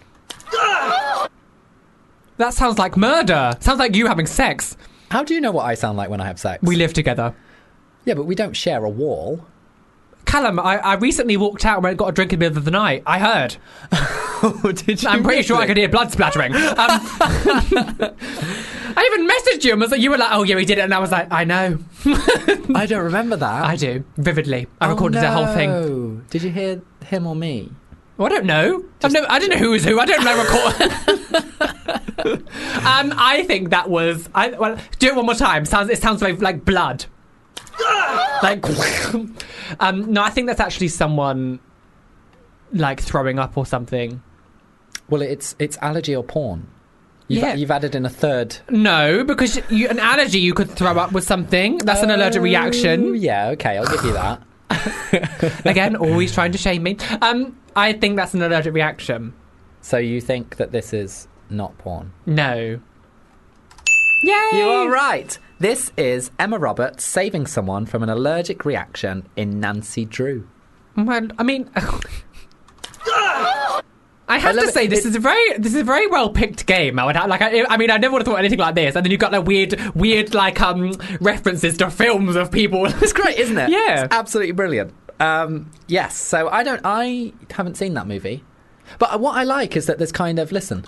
Speaker 5: That sounds like murder. Sounds like you having sex.
Speaker 4: How do you know what I sound like when I have sex?
Speaker 5: We live together.
Speaker 4: yeah, but we don't share a wall.
Speaker 5: Callum, I, I recently walked out and got a drink in the middle of the night. I heard.
Speaker 4: Did you
Speaker 5: I'm pretty sure I
Speaker 4: really?
Speaker 5: could hear blood splattering. Um, I even messaged you and was like, you were like, oh yeah, we did it. And I was like, I know.
Speaker 4: I don't remember that.
Speaker 5: I do. Vividly. I recorded the whole thing.
Speaker 4: thing. Did you hear him or me?
Speaker 5: Well, I don't know. I've never, I don't know who is who. I don't know. Record. um, I think that was. I, well, do it one more time. Sounds. It sounds like like blood. like, um, no, I think that's actually someone like throwing up or something.
Speaker 4: Well, it's it's allergy or porn. You've,
Speaker 5: Yeah.
Speaker 4: you've added in a third.
Speaker 5: No, because you, an allergy you could throw up with something. That's an allergic
Speaker 4: Oh,
Speaker 5: reaction.
Speaker 4: Yeah, okay, I'll give you that.
Speaker 5: Again, always trying to shame me. Um, I think that's an allergic reaction.
Speaker 4: so you think that this is not porn?
Speaker 5: No. Yay!
Speaker 4: You are right. This is Emma Roberts saving someone from an allergic reaction in Nancy Drew.
Speaker 5: Well, I mean, I have
Speaker 4: I love
Speaker 5: to
Speaker 4: it.
Speaker 5: say this
Speaker 4: It-
Speaker 5: is a very this is a very well picked game. I would ha- like. I, I mean, I never would have thought anything like this. And then you got like weird, weird like um references to films of people.
Speaker 4: It's great, isn't it?
Speaker 5: Yeah.
Speaker 4: It's absolutely brilliant. Um, yes, so I don't, I haven't seen that movie, but what I like is that there's kind of listen.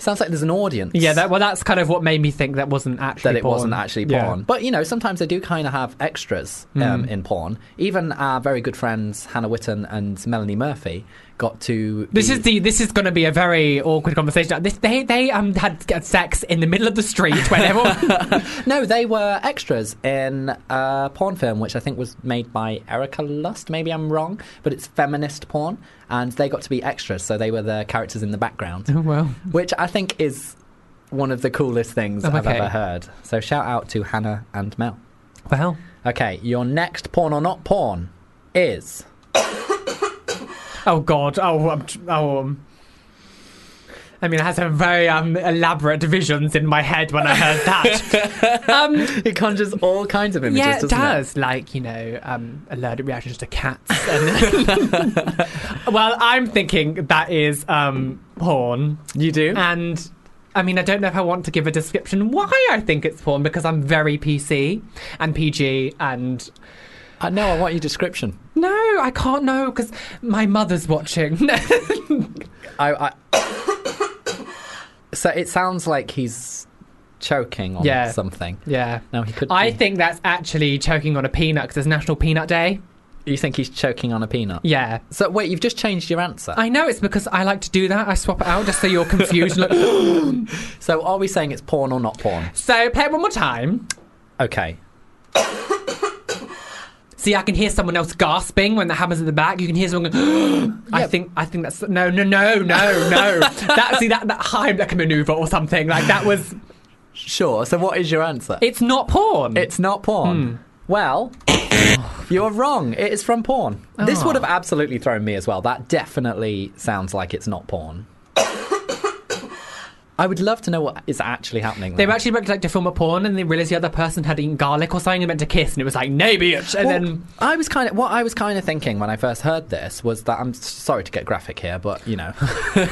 Speaker 4: Sounds like there's an audience.
Speaker 5: yeah, that well, that's kind of what made me think that wasn't actually
Speaker 4: that it
Speaker 5: porn.
Speaker 4: wasn't actually
Speaker 5: Yeah. Mm.
Speaker 4: porn. But you know, sometimes they do kind of have extras um, in porn. Even our very good friends Hannah Witten and Melanie Murphy got to.
Speaker 5: This
Speaker 4: be-
Speaker 5: is the this is going to be a very awkward conversation. This, they they um had sex in the middle of the street when everyone.
Speaker 4: no, they were extras in a porn film which I think was made by Erica Lust. Maybe I'm wrong, but it's feminist porn, and they got to be extras, so they were the characters in the background,
Speaker 5: oh well.
Speaker 4: which I think is one of the coolest things
Speaker 5: Oh,
Speaker 4: I've
Speaker 5: okay.
Speaker 4: ever heard. So shout out to Hannah and Mel.
Speaker 5: Well.
Speaker 4: Okay, your next porn or not porn is.
Speaker 5: Oh God! Oh, I'm, tr- oh. Um. I mean, I had some very um, elaborate visions in my head when I heard that. um,
Speaker 4: It conjures all kinds of images,
Speaker 5: yeah, it
Speaker 4: doesn't
Speaker 5: does. Like you know, um, allergic reactions to cats. And well, I'm thinking that is um, porn,
Speaker 4: You do?
Speaker 5: and I mean, I don't know if I want to give a description why I think it's porn because I'm very PC and PG and
Speaker 4: Uh, no, I want your description.
Speaker 5: no, I can't know because my mother's watching.
Speaker 4: I, I... so it sounds like he's choking on
Speaker 5: Yeah.
Speaker 4: something.
Speaker 5: yeah.
Speaker 4: No, he could.
Speaker 5: I
Speaker 4: be.
Speaker 5: think that's actually choking on a peanut because it's National Peanut Day.
Speaker 4: you think he's choking on a peanut.
Speaker 5: Yeah.
Speaker 4: So wait, you've just changed your answer.
Speaker 5: I know it's because I like to do that. I swap it out just so you're confused. Look.
Speaker 4: So are we saying it's porn or not porn?
Speaker 5: So play it one more time.
Speaker 4: Okay.
Speaker 5: See, I can hear someone else gasping when that happens in the back. You can hear someone. Going, I think. I think that's no, no, no, no, no. that see that that Heimlich maneuver or something like that was.
Speaker 4: Sure. So what is your answer?
Speaker 5: It's not porn.
Speaker 4: It's not porn.
Speaker 5: Hmm.
Speaker 4: Well, you're wrong. It is from porn. This would have
Speaker 5: Oh.
Speaker 4: absolutely thrown me as well. That definitely sounds like it's not porn. I would love to know what is actually happening.
Speaker 5: They
Speaker 4: there.
Speaker 5: were actually meant to, like to film a porn, and they realised the other person had eaten garlic or something, and meant to kiss, and it was like, "Nay, bitch!" And
Speaker 4: Well,
Speaker 5: then
Speaker 4: I was kind of what I was kind of thinking when I first heard this was that I'm s- sorry to get graphic here, but you know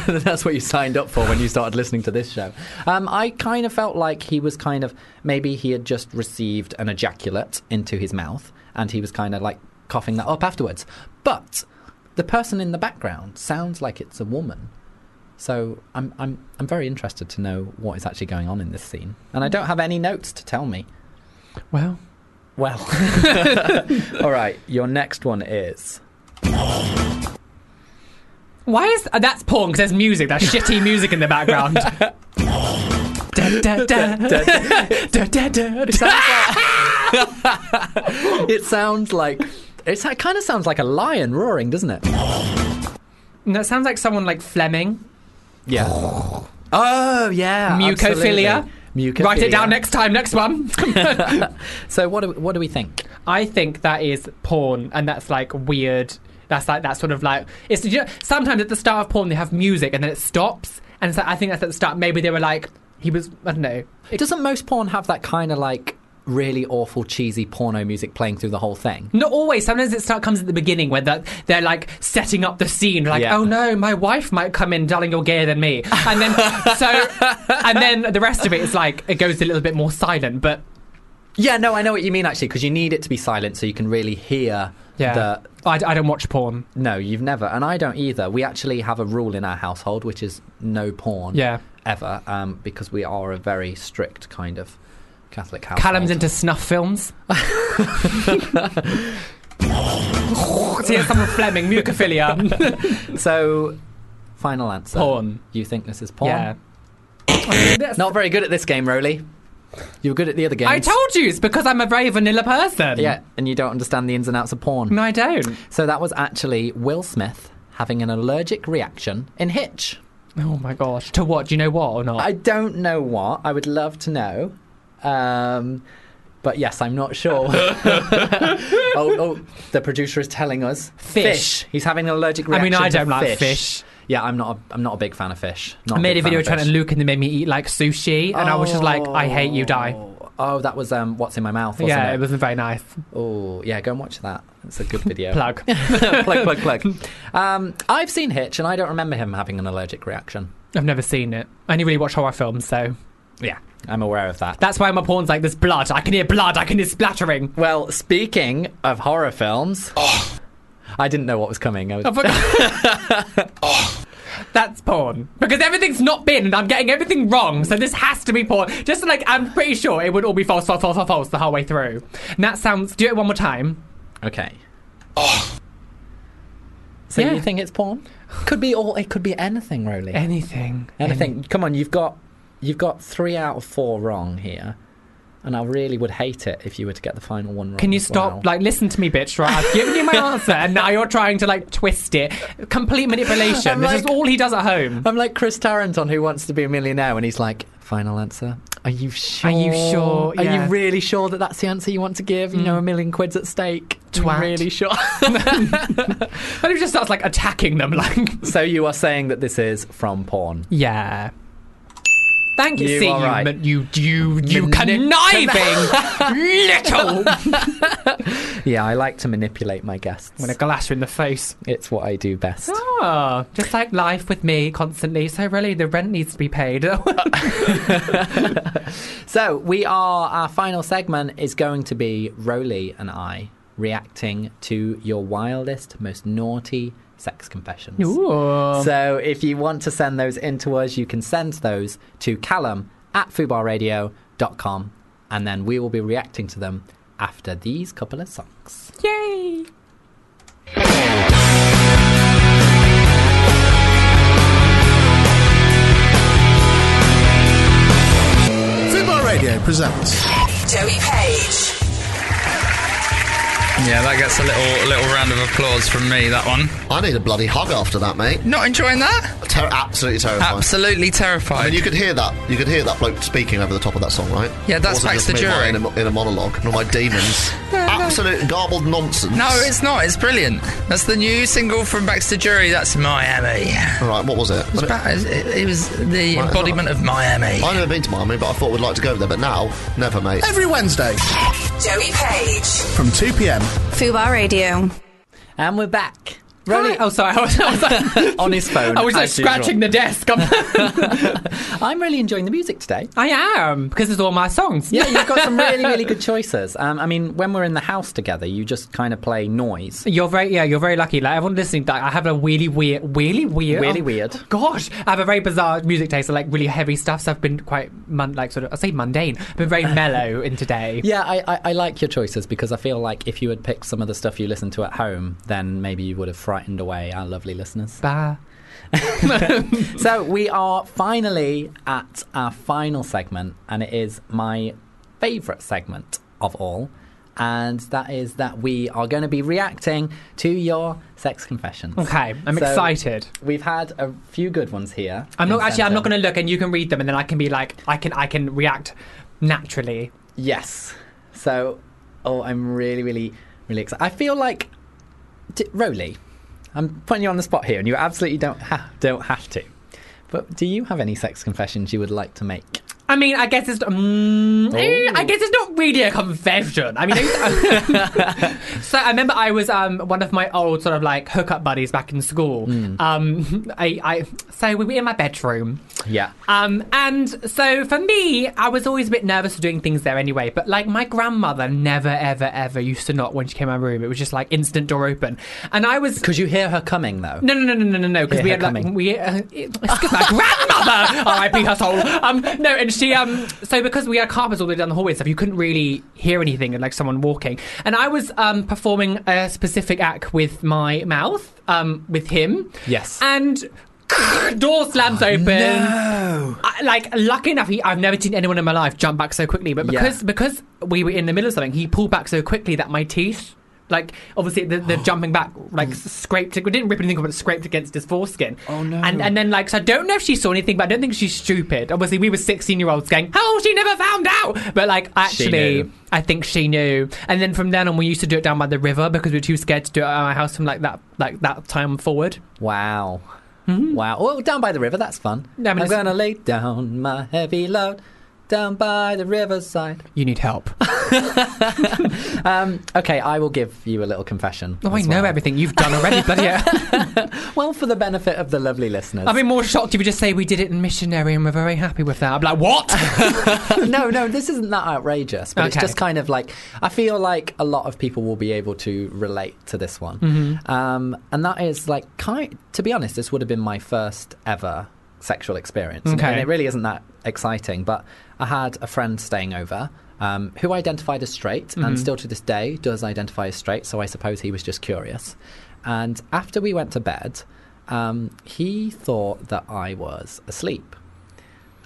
Speaker 4: that's what you signed up for when you started listening to this show. Um, I kind of felt like he was kind of maybe he had just received an ejaculate into his mouth and he was kind of like coughing that up afterwards. But the person in the background sounds like it's a woman. So I'm I'm I'm very interested to know what is actually going on in this scene, and I don't have any notes to tell me.
Speaker 5: well,
Speaker 4: Well, all right. Your next one is
Speaker 5: why is uh, that's porn? Because there's music, there's shitty music in the background. Da, da, da. Da, da, da, da.
Speaker 4: it sounds like it's, it kind of sounds like a lion roaring, doesn't it?
Speaker 5: No, it sounds like someone like Fleming.
Speaker 4: Yeah. Oh yeah.
Speaker 5: Mucophilia.
Speaker 4: absolutely. Mucophilia.
Speaker 5: Write it down next time. Next one.
Speaker 4: So what do what do we think?
Speaker 5: I think that is porn, and that's like weird. That's like that sort of like it's. You know, sometimes at the start of porn, they have music, and then it stops. And so I think that's at the start. Maybe they were like, he was. I don't know.
Speaker 4: Doesn't most porn have that kind of like really awful cheesy porno music playing through the whole thing?
Speaker 5: Not always. Sometimes it start comes at the beginning where that they're like setting up the scene, like,
Speaker 4: Yeah.
Speaker 5: "Oh no, my wife might come in, darling, you're gayer than me," and then so, and then the rest of it is like it goes a little bit more silent. But
Speaker 4: Yeah. No, I know what you mean actually, because you need it to be silent so you can really hear.
Speaker 5: yeah,
Speaker 4: The,
Speaker 5: I, I don't watch porn.
Speaker 4: no, you've never, and I don't either. We actually have a rule in our household, which is no porn.
Speaker 5: Yeah,
Speaker 4: ever um, because we are a very strict kind of Catholic house.
Speaker 5: Callum's into snuff films. See, it's someone Fleming, mucophilia,
Speaker 4: so. Final answer.
Speaker 5: porn.
Speaker 4: You think this is porn?
Speaker 5: Yeah.
Speaker 4: Not very good at this game, Roly. You were good at the other games.
Speaker 5: I told you it's because I'm a very vanilla person.
Speaker 4: Yeah, and you don't understand the ins and outs of porn.
Speaker 5: No, I don't.
Speaker 4: So that was actually Will Smith having an allergic reaction in Hitch.
Speaker 5: Oh my gosh. To what? Do you know what or not?
Speaker 4: I don't know what. I would love to know. Um, but yes, I'm not sure. oh, oh, the producer is telling us
Speaker 5: Fish.
Speaker 4: He's having an allergic
Speaker 5: I
Speaker 4: reaction.
Speaker 5: mean, I
Speaker 4: to
Speaker 5: don't like fish.
Speaker 4: Yeah, I'm not. A, I'm not a big fan of fish. Not
Speaker 5: I made a
Speaker 4: big fan
Speaker 5: video
Speaker 4: of
Speaker 5: trying
Speaker 4: fish.
Speaker 5: to Luke and they made me eat like sushi, and I was just like, I hate you, die.
Speaker 4: Oh, Oh, that was um, what's in my mouth. Wasn't
Speaker 5: Yeah,
Speaker 4: it?
Speaker 5: it wasn't very nice.
Speaker 4: Oh, yeah. Go and watch that. It's a good video.
Speaker 5: Plug.
Speaker 4: plug, plug, plug. Um, I've seen Hitch, and I don't remember him having an allergic reaction.
Speaker 5: I've never seen it. I only really watch horror films, so
Speaker 4: Yeah, I'm aware of that.
Speaker 5: that's why my porn's like, there's blood. I can hear blood. I can hear splattering.
Speaker 4: Well, speaking of horror films, I didn't know what was coming. I was,
Speaker 5: I forgot- Oh, That's porn because everything's not been, and I'm getting everything wrong. So this has to be porn. Just like I'm pretty sure it would all be false, false, false, false, false the whole way through. And that sounds. Do it one more time.
Speaker 4: okay. So
Speaker 5: Yeah.
Speaker 4: you think it's porn? Could be all. It could be anything, really.
Speaker 5: Anything.
Speaker 4: Anything. Come on, you've got you've got three out of four wrong here, and I really would hate it if you were to get the final one wrong.
Speaker 5: Can you
Speaker 4: as
Speaker 5: stop?
Speaker 4: well.
Speaker 5: Like, listen to me, bitch. Right, I've given you my answer, and now you're trying to like twist it. Complete manipulation.
Speaker 4: I'm
Speaker 5: this is
Speaker 4: like-
Speaker 5: all he does at home.
Speaker 4: I'm like Chris Tarrant on Who Wants to Be a Millionaire, when he's like, "Final answer." Are you sure? Mm.
Speaker 5: Are you sure?
Speaker 4: Are you
Speaker 5: Yeah.
Speaker 4: really sure that that's the answer you want to give? You know, a million quid's at stake. Are you
Speaker 5: Twat.
Speaker 4: Really sure.
Speaker 5: But he just starts like attacking them. Like,
Speaker 4: so you are saying that this is from porn?
Speaker 5: yeah. Thank you.
Speaker 4: You
Speaker 5: See,
Speaker 4: are right.
Speaker 5: you, ma- you, you, you
Speaker 4: Mani-
Speaker 5: conniving little.
Speaker 4: Yeah, I like to manipulate my guests.
Speaker 5: I'm gonna glass her in the face.
Speaker 4: It's what I do best.
Speaker 5: Oh, just like life with me constantly. So really, the rent needs to be paid.
Speaker 4: So we are our final segment is going to be Roly and I reacting to your wildest, most naughty sex confessions.
Speaker 5: Ooh.
Speaker 4: So if you want to send those in to us, you can send those to Callum at fubarradio.com and then we will be reacting to them after these couple of songs.
Speaker 5: Yay!
Speaker 2: Fubar Radio presents
Speaker 7: Joey Page.
Speaker 6: Yeah, that gets a little little round of applause from me. That one.
Speaker 2: I need a bloody hug after that, mate.
Speaker 6: Not enjoying that?
Speaker 2: Ter- absolutely terrifying.
Speaker 6: Absolutely terrified.
Speaker 2: And you could hear that. You could hear that bloke speaking over the top of that song, right?
Speaker 6: Yeah, that's
Speaker 2: It wasn't
Speaker 6: Baxter
Speaker 2: just me,
Speaker 6: Jury.
Speaker 2: In a, in a monologue, and all my demons. Absolute garbled nonsense.
Speaker 6: no, it's not. It's brilliant. That's the new single from Baxter Jury. That's Miami.
Speaker 2: all right. What was it?
Speaker 6: It's ba- It, it was the
Speaker 2: Right,
Speaker 6: embodiment of Miami.
Speaker 2: I've never been to Miami, but I thought we'd like to go there. But now, never, mate.
Speaker 10: Every Wednesday
Speaker 7: Joey Page.
Speaker 10: from 2 pm.
Speaker 7: Fubar Radio.
Speaker 4: And we're back.
Speaker 5: Really? Oh, sorry. I was, I was like,
Speaker 4: On his phone.
Speaker 5: I was like
Speaker 4: as usual.
Speaker 5: scratching the desk. I'm,
Speaker 4: I'm really enjoying the music today.
Speaker 5: I am because it's all my songs.
Speaker 4: Yeah, you've got some really, really good choices. Um, I mean, when we're in the house together, you just kind of play noise.
Speaker 5: You're very yeah. You're very lucky. Like everyone listening, like, I have a really weird, really weird,
Speaker 4: Really
Speaker 5: oh,
Speaker 4: weird.
Speaker 5: Gosh, I have a very bizarre music taste. I like really heavy stuff. So I've been quite mun- like sort of I say mundane, but very mellow in today.
Speaker 4: Yeah, I, I, I like your choices because I feel like if you had picked some of the stuff you listen to at home, then maybe you would have frightened away our lovely listeners.
Speaker 5: Bah.
Speaker 4: So we are finally at our final segment, and it is my favourite segment of all. And that is that we are going to be reacting to your sex confessions.
Speaker 5: Okay, I'm
Speaker 4: So
Speaker 5: excited.
Speaker 4: We've had a few good ones here.
Speaker 5: I'm not actually. I'm not going
Speaker 4: to.
Speaker 5: to look, and you can read them, and then I can be like, I can, I can react naturally.
Speaker 4: Yes. So, oh, I'm really, really, really excited. I feel like, d- Roly, I'm putting you on the spot here, and you absolutely don't ha- don't have to. But do you have any sex confessions you would like to make?
Speaker 5: I mean, I guess it's. Mm, eh,
Speaker 4: Oh.
Speaker 5: I guess it's not really a confession. I mean, I- so I remember I was um, one of my old sort of like hookup buddies back in school. Um, I, I so we were in my bedroom.
Speaker 4: Yeah.
Speaker 5: Um, and so for me, I was always a bit nervous of doing things there anyway. But like my grandmother never, ever, ever used to knock when she came in my room. It was just like instant door open, and I was
Speaker 4: Because you hear her coming, though.
Speaker 5: no, no, no, no, no, no, no. Because
Speaker 4: Hear
Speaker 5: we
Speaker 4: her
Speaker 5: had like
Speaker 4: coming.
Speaker 5: we uh, it's 'cause my grandmother. R.I.P. her soul. Um, no, and she um. So because we had carpets all the way down the hallway and stuff, you couldn't really hear anything and like someone walking. And I was um performing a specific act with my mouth um with him.
Speaker 4: Yes.
Speaker 5: And. Door slams
Speaker 4: Oh,
Speaker 5: open. I, like, lucky enough, he, I've never seen anyone in my life jump back so quickly. But
Speaker 4: Yeah.
Speaker 5: because because we were in the middle of something, he pulled back so quickly that my teeth, like obviously the, the jumping back, like s- scraped. It, we didn't rip anything, but it scraped against his foreskin. Mm. Oh no! And and then like, so I don't know if she saw anything, but I don't think she's stupid. Obviously, we were sixteen year olds going, "Oh, she never found out." But like, actually.
Speaker 4: knew.
Speaker 5: I think she knew, and then from then on, we used to do it down by the river because we were too scared to do it at my house from like that, like that time forward.
Speaker 4: Wow. Wow. Well, down by the river, that's fun.
Speaker 5: No, I mean,
Speaker 4: I'm
Speaker 5: it's-
Speaker 4: going to lay down my heavy load down by the riverside.
Speaker 5: You need help.
Speaker 4: Um, okay, I will give you a little confession.
Speaker 5: Oh, I
Speaker 4: as
Speaker 5: know
Speaker 4: well.
Speaker 5: everything you've done already, bloody hell.
Speaker 4: Well, for the benefit of the lovely listeners.
Speaker 5: I'd be more shocked if you just say we did it in missionary and we're very happy with that. I'm like, what?
Speaker 4: no, no, this isn't that outrageous, but it's
Speaker 5: Okay.
Speaker 4: just kind of like I feel like a lot of people will be able to relate to this one,
Speaker 5: Mm-hmm.
Speaker 4: um, and that is like, kind, to be honest, this would have been my first ever sexual experience, And-
Speaker 5: Okay.
Speaker 4: and it really isn't that exciting. But I had a friend staying over. Um, who identified as straight
Speaker 5: Mm-hmm.
Speaker 4: and still to this day does identify as straight, so I suppose he was just curious. And after we went to bed, um, he thought that I was asleep.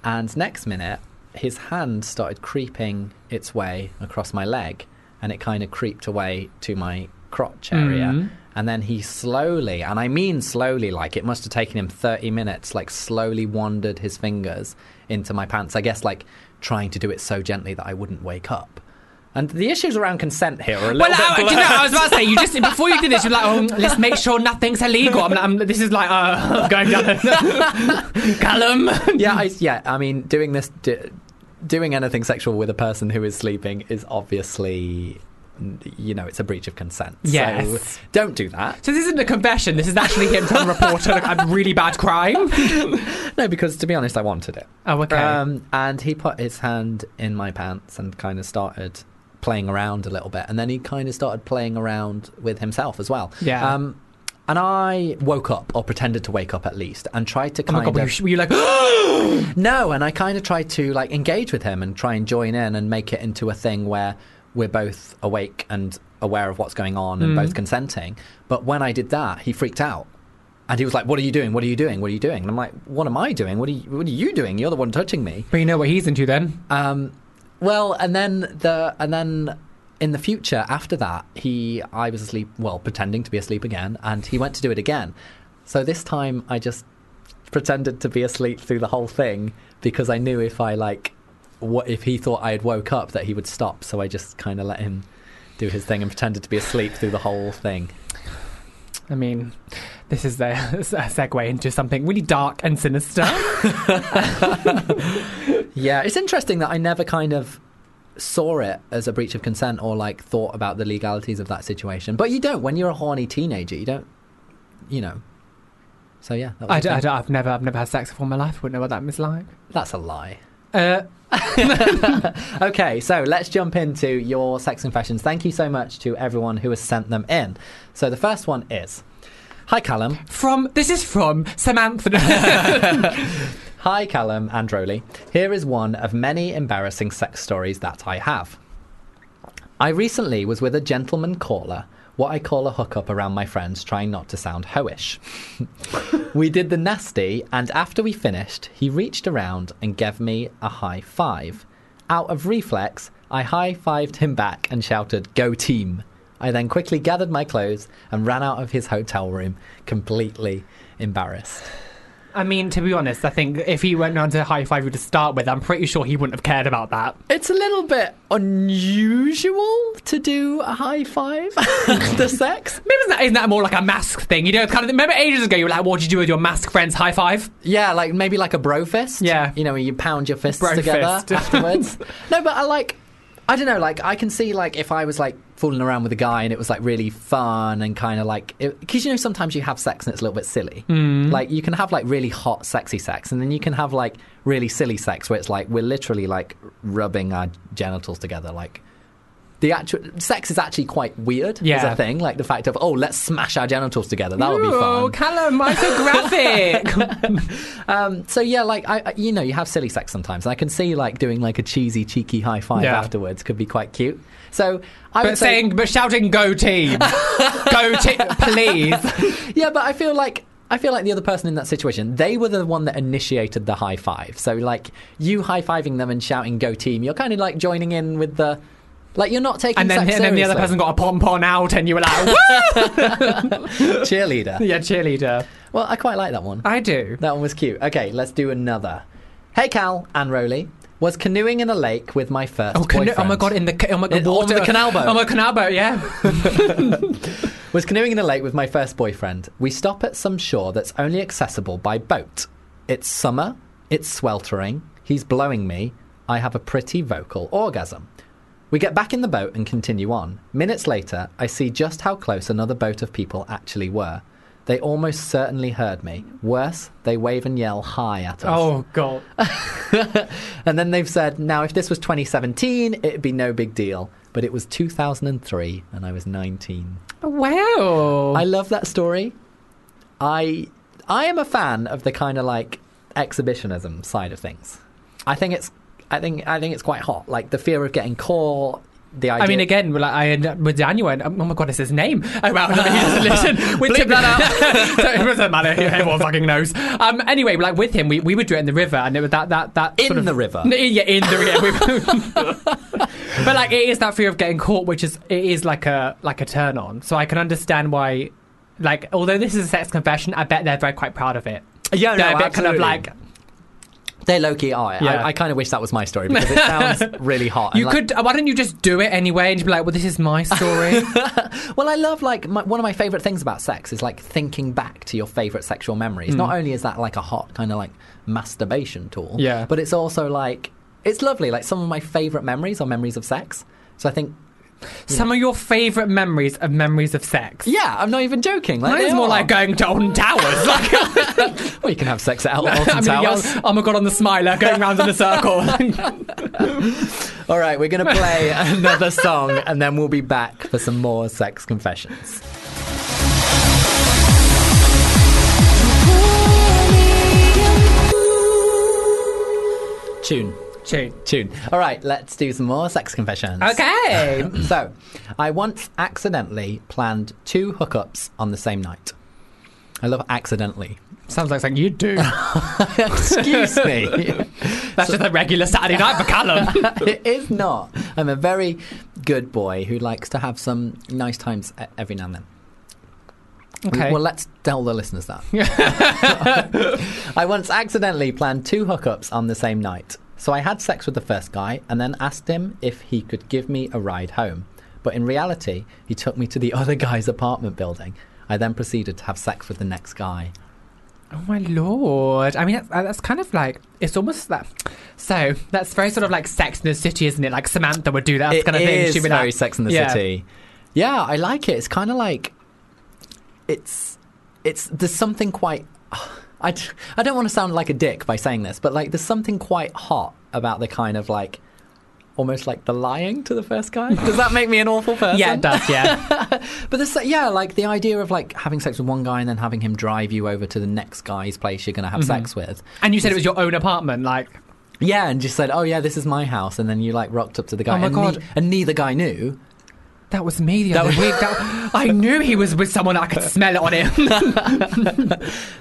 Speaker 4: And next minute, his hand started creeping its way across my leg and it kind of creeped away to my crotch area.
Speaker 5: Mm.
Speaker 4: And then he slowly, and I mean slowly, like it must have taken him 30 minutes, like slowly wandered his fingers into my pants. I guess like trying to do it so gently that I wouldn't wake up. And the issues around consent here are a little
Speaker 5: well,
Speaker 4: bit
Speaker 5: I, uh, do you know, I was about to say, you just, before you did this, you're like, oh, let's make sure nothing's illegal. I'm like, I'm, this is like, uh, going down. Callum.
Speaker 4: yeah, I, yeah. I mean, doing this, do, doing anything sexual with a person who is sleeping is obviously, you know, it's a breach of consent.
Speaker 5: Yes.
Speaker 4: So don't do that.
Speaker 5: So this isn't a confession. This is actually him telling a reporter, look, I'm really bad crime.
Speaker 4: No, because to be honest, I wanted it.
Speaker 5: Oh, okay.
Speaker 4: Um, and he put his hand in my pants and kind of started playing around a little bit, and then he kind of started playing around with himself as well.
Speaker 5: Yeah.
Speaker 4: Um, and I woke up, or pretended to wake up at least, and tried to
Speaker 5: oh
Speaker 4: kind
Speaker 5: my God, were
Speaker 4: of.
Speaker 5: you, were you like,
Speaker 4: No, and I kind of tried to like engage with him and try and join in and make it into a thing where we're both awake and aware of what's going on and both consenting. But when I did that, he freaked out. And he was like, "What are you doing? What are you doing? What are you doing?" And I'm like, "What am I doing? What are you, what are you doing? You're the one touching me."
Speaker 5: but you know what he's into then?
Speaker 4: Um, well, and then the and then in the future, after that, he I was asleep, well, pretending to be asleep again, and he went to do it again. So this time, I just pretended to be asleep through the whole thing because I knew if I like, what if he thought I had woke up that he would stop. So I just kind of let him do his thing and pretended to be asleep through the whole thing.
Speaker 5: I mean, this is a, a segue into something really dark and sinister.
Speaker 4: Yeah, it's interesting that I never kind of saw it as a breach of consent or like thought about the legalities of that situation. But you don't when you're a horny teenager. You don't, you know. So yeah, that was
Speaker 5: I
Speaker 4: a
Speaker 5: don't, I
Speaker 4: thing.
Speaker 5: don't, I've never, I've never had sex before in my life. Wouldn't know what that was like.
Speaker 4: That's a lie.
Speaker 5: Uh,
Speaker 4: Okay, so let's jump into your sex confessions. Thank you so much to everyone who has sent them in. So the first one is Hi, Callum.
Speaker 5: from this is from Samantha.
Speaker 4: Hi, Callum and Rowley. Here is one of many embarrassing sex stories that I have. I recently was with a gentleman caller, what I call a hookup around my friends, trying not to sound hoish. we did the nasty, and after we finished, he reached around and gave me a high five. Out of reflex, I high fived him back and shouted, Go team! I then quickly gathered my clothes and ran out of his hotel room, completely embarrassed.
Speaker 5: I mean, to be honest, I think if he went on to high five you to start with, I'm pretty sure he wouldn't have cared about that.
Speaker 4: It's a little bit unusual to do a high five after sex.
Speaker 5: Maybe isn't that, isn't that more like a mask thing? You know, it's kind of. Remember ages ago, you were like, "What do you do with your mask friends? High five?
Speaker 4: Yeah, like maybe like a bro fist.
Speaker 5: Yeah.
Speaker 4: You know, where you pound your fists
Speaker 5: Bro
Speaker 4: together
Speaker 5: fist.
Speaker 4: afterwards. no, but I like, I don't know, like I can see like if I was like fooling around with a guy and it was like really fun and kind of like, because you know, sometimes you have sex and it's a little bit silly.
Speaker 5: Mm.
Speaker 4: Like you can have like really hot, sexy sex and then you can have like really silly sex where it's like we're literally like rubbing our genitals together. Like the actual sex is actually quite weird as
Speaker 5: Yeah.
Speaker 4: a thing. Like the fact of, oh, let's smash our genitals together. That would be
Speaker 5: Oh,
Speaker 4: fun.
Speaker 5: Callum, why so graphic?
Speaker 4: So yeah, like I, I- you know, you have silly sex sometimes. I can see like doing like a cheesy, cheeky high five
Speaker 5: Yeah.
Speaker 4: afterwards could be quite cute. So I
Speaker 5: but
Speaker 4: would say,
Speaker 5: saying, but shouting, "Go team, go team, please."
Speaker 4: yeah, but I feel like I feel like the other person in that situation, they were the one that initiated the high five. So like you high fiving them and shouting "Go team," you're kind of like joining in with the, like you're not taking
Speaker 5: And then,
Speaker 4: sex
Speaker 5: and then the other person
Speaker 4: seriously.
Speaker 5: got a pom pom out, and you were like, "Woo!"
Speaker 4: cheerleader.
Speaker 5: "Yeah, cheerleader."
Speaker 4: Well, I quite like that one.
Speaker 5: I do.
Speaker 4: That one was cute. Okay, let's do another. Hey Cal and Rowley. Was canoeing in a lake with my first
Speaker 5: Oh, cano- oh my
Speaker 4: boyfriend.
Speaker 5: god! In the ca- oh my god,
Speaker 4: In- on
Speaker 5: water.
Speaker 4: the canal boat.
Speaker 5: Oh my canal boat. Yeah.
Speaker 4: Was canoeing in a lake with my first boyfriend. We stop at some shore that's only accessible by boat. It's summer, it's sweltering, he's blowing me, I have a pretty vocal orgasm. We get back in the boat and continue on. Minutes later, I see just how close another boat of people actually were. They almost certainly heard me. Worse, they wave and yell hi at us.
Speaker 5: Oh god.
Speaker 4: And then they've said, now if this was 2017, it'd be no big deal. But it was 2003 and I was 19.
Speaker 5: Wow.
Speaker 4: I love that story. I I am a fan of the kind of like exhibitionism side of things. I think it's I think I think it's quite hot. Like the fear of getting caught. The idea.
Speaker 5: I mean, again, well, I end up with Daniel, and oh my god, it's his name. Oh well, no, he doesn't listen. With Bleep that out. so it doesn't matter. Everyone fucking knows. Um, anyway, like with him, we, we would do it in the river, and it was that that that
Speaker 4: In
Speaker 5: sort of,
Speaker 4: the river?
Speaker 5: No, yeah, in the river. We- but like, it is that fear of getting caught, which is it is like a like a turn on. So I can understand why. Like, although this is a sex confession, I bet they're very quite proud of it.
Speaker 4: yeah,
Speaker 5: they're a bit kind of like
Speaker 4: they low key are.
Speaker 5: Yeah.
Speaker 4: I, I kind of wish that was my story because it sounds really hot. and
Speaker 5: you
Speaker 4: like-
Speaker 5: could. Why don't you just do it anyway? And you'd be like, well, this is my story.
Speaker 4: Well, I love like my, one of my favorite things about sex is like thinking back to your favorite sexual
Speaker 5: Hmm.
Speaker 4: memories. Not only is that like a hot kind of like masturbation tool,
Speaker 5: Yeah.
Speaker 4: but it's also like it's lovely. Like some of my favorite memories are memories of sex. So I think,
Speaker 5: Some of your favourite memories of memories of sex.
Speaker 4: yeah, I'm not even joking. Like,
Speaker 5: Mine
Speaker 4: they
Speaker 5: is more
Speaker 4: are.
Speaker 5: like going to Alton Towers. Like,
Speaker 4: well, you can have sex at Al- Alton
Speaker 5: I mean,
Speaker 4: Towers.
Speaker 5: yes, oh my god, on the smiler, going round in a circle.
Speaker 4: All right, we're gonna play another song, and then we'll be back for some more sex confessions. Tune.
Speaker 5: Tune.
Speaker 4: Tune. All right, let's do some more sex confessions.
Speaker 5: Okay.
Speaker 4: So, I once accidentally planned two hookups on the same night. I love accidentally.
Speaker 5: Sounds like something you'd do.
Speaker 4: Excuse me.
Speaker 5: That's just a regular Saturday night for Callum.
Speaker 4: it is not. I'm a very good boy who likes to have some nice times e- every now and then.
Speaker 5: Okay.
Speaker 4: Well, let's tell the listeners that. I once accidentally planned two hookups on the same night. So I had sex with the first guy and then asked him if he could give me a ride home. But in reality, he took me to the other guy's apartment building. I then proceeded to have sex with the next guy.
Speaker 5: Oh my lord! I mean, that's, uh, that's kind of like it's almost that. So that's very sort of like Sex in the City, isn't it? Like Samantha would do that
Speaker 4: It
Speaker 5: kind of thing.
Speaker 4: is
Speaker 5: She'd be
Speaker 4: very
Speaker 5: like,
Speaker 4: Sex in the
Speaker 5: yeah.
Speaker 4: City. Yeah, I like it. It's kind of like it's it's there's something quite. I, d- I don't want to sound like a dick by saying this, but like there's something quite hot about the kind of like almost like the lying to the first guy. Does that make me an awful person?
Speaker 5: Yeah, it does. Yeah,
Speaker 4: But there's so- yeah, like the idea of like having sex with one guy and then having him drive you over to the next guy's place you're going to
Speaker 5: Mm-hmm.
Speaker 4: have sex with.
Speaker 5: and you said it was your own apartment, like
Speaker 4: Yeah, and just said, "Oh yeah, this is my house," and then you like rocked up to the guy.
Speaker 5: Oh, my
Speaker 4: and
Speaker 5: God.
Speaker 4: and neither guy knew.
Speaker 5: that was me the other week. That, I knew he was with someone. I could smell it on him.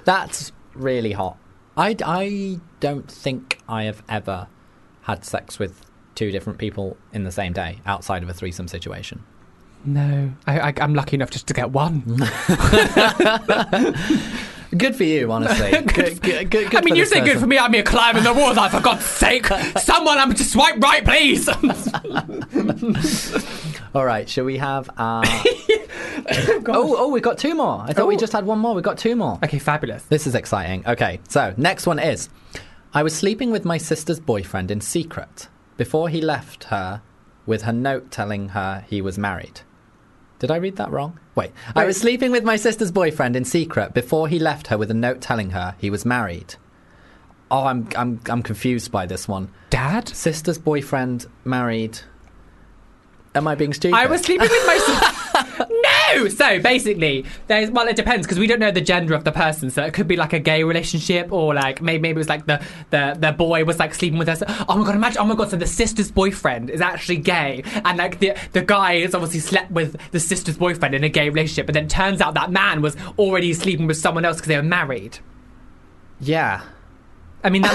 Speaker 4: That's really hot. I, I don't think I have ever had sex with two different people in the same day outside of a threesome situation.
Speaker 5: no, I, I, I'm lucky enough just to get one.
Speaker 4: Good for you, honestly. good, good, good,
Speaker 5: I mean, you
Speaker 4: this
Speaker 5: say good
Speaker 4: person.
Speaker 5: for me. I'm here climbing the walls. Like, for God's sake, someone, I'm just swipe right, please.
Speaker 4: All right, shall we have? Uh... oh, oh, we've got two more. I thought we
Speaker 5: Oh.
Speaker 4: just had one more. We've got two more.
Speaker 5: okay, fabulous.
Speaker 4: This is exciting. Okay, so next one is I was sleeping with my sister's boyfriend in secret before he left her with her note telling her he was married. Did I read that wrong? Wait. I was sleeping with my sister's boyfriend in secret before he left her with a note telling her he was married. Oh, I'm I'm I'm confused by this one.
Speaker 5: Dad.
Speaker 4: Sister's boyfriend married. Am I being stupid?
Speaker 5: I was sleeping with my sister. no! So basically, there's well, it depends because we don't know the gender of the person. So it could be like a gay relationship or like maybe maybe it was like the the, the boy was like sleeping with her. Oh my god! Imagine. Oh my god! So the sister's boyfriend is actually gay, and like the the guy has obviously slept with the sister's boyfriend in a gay relationship, but then turns out that man was already sleeping with someone else because they were married.
Speaker 4: Yeah.
Speaker 5: I mean, that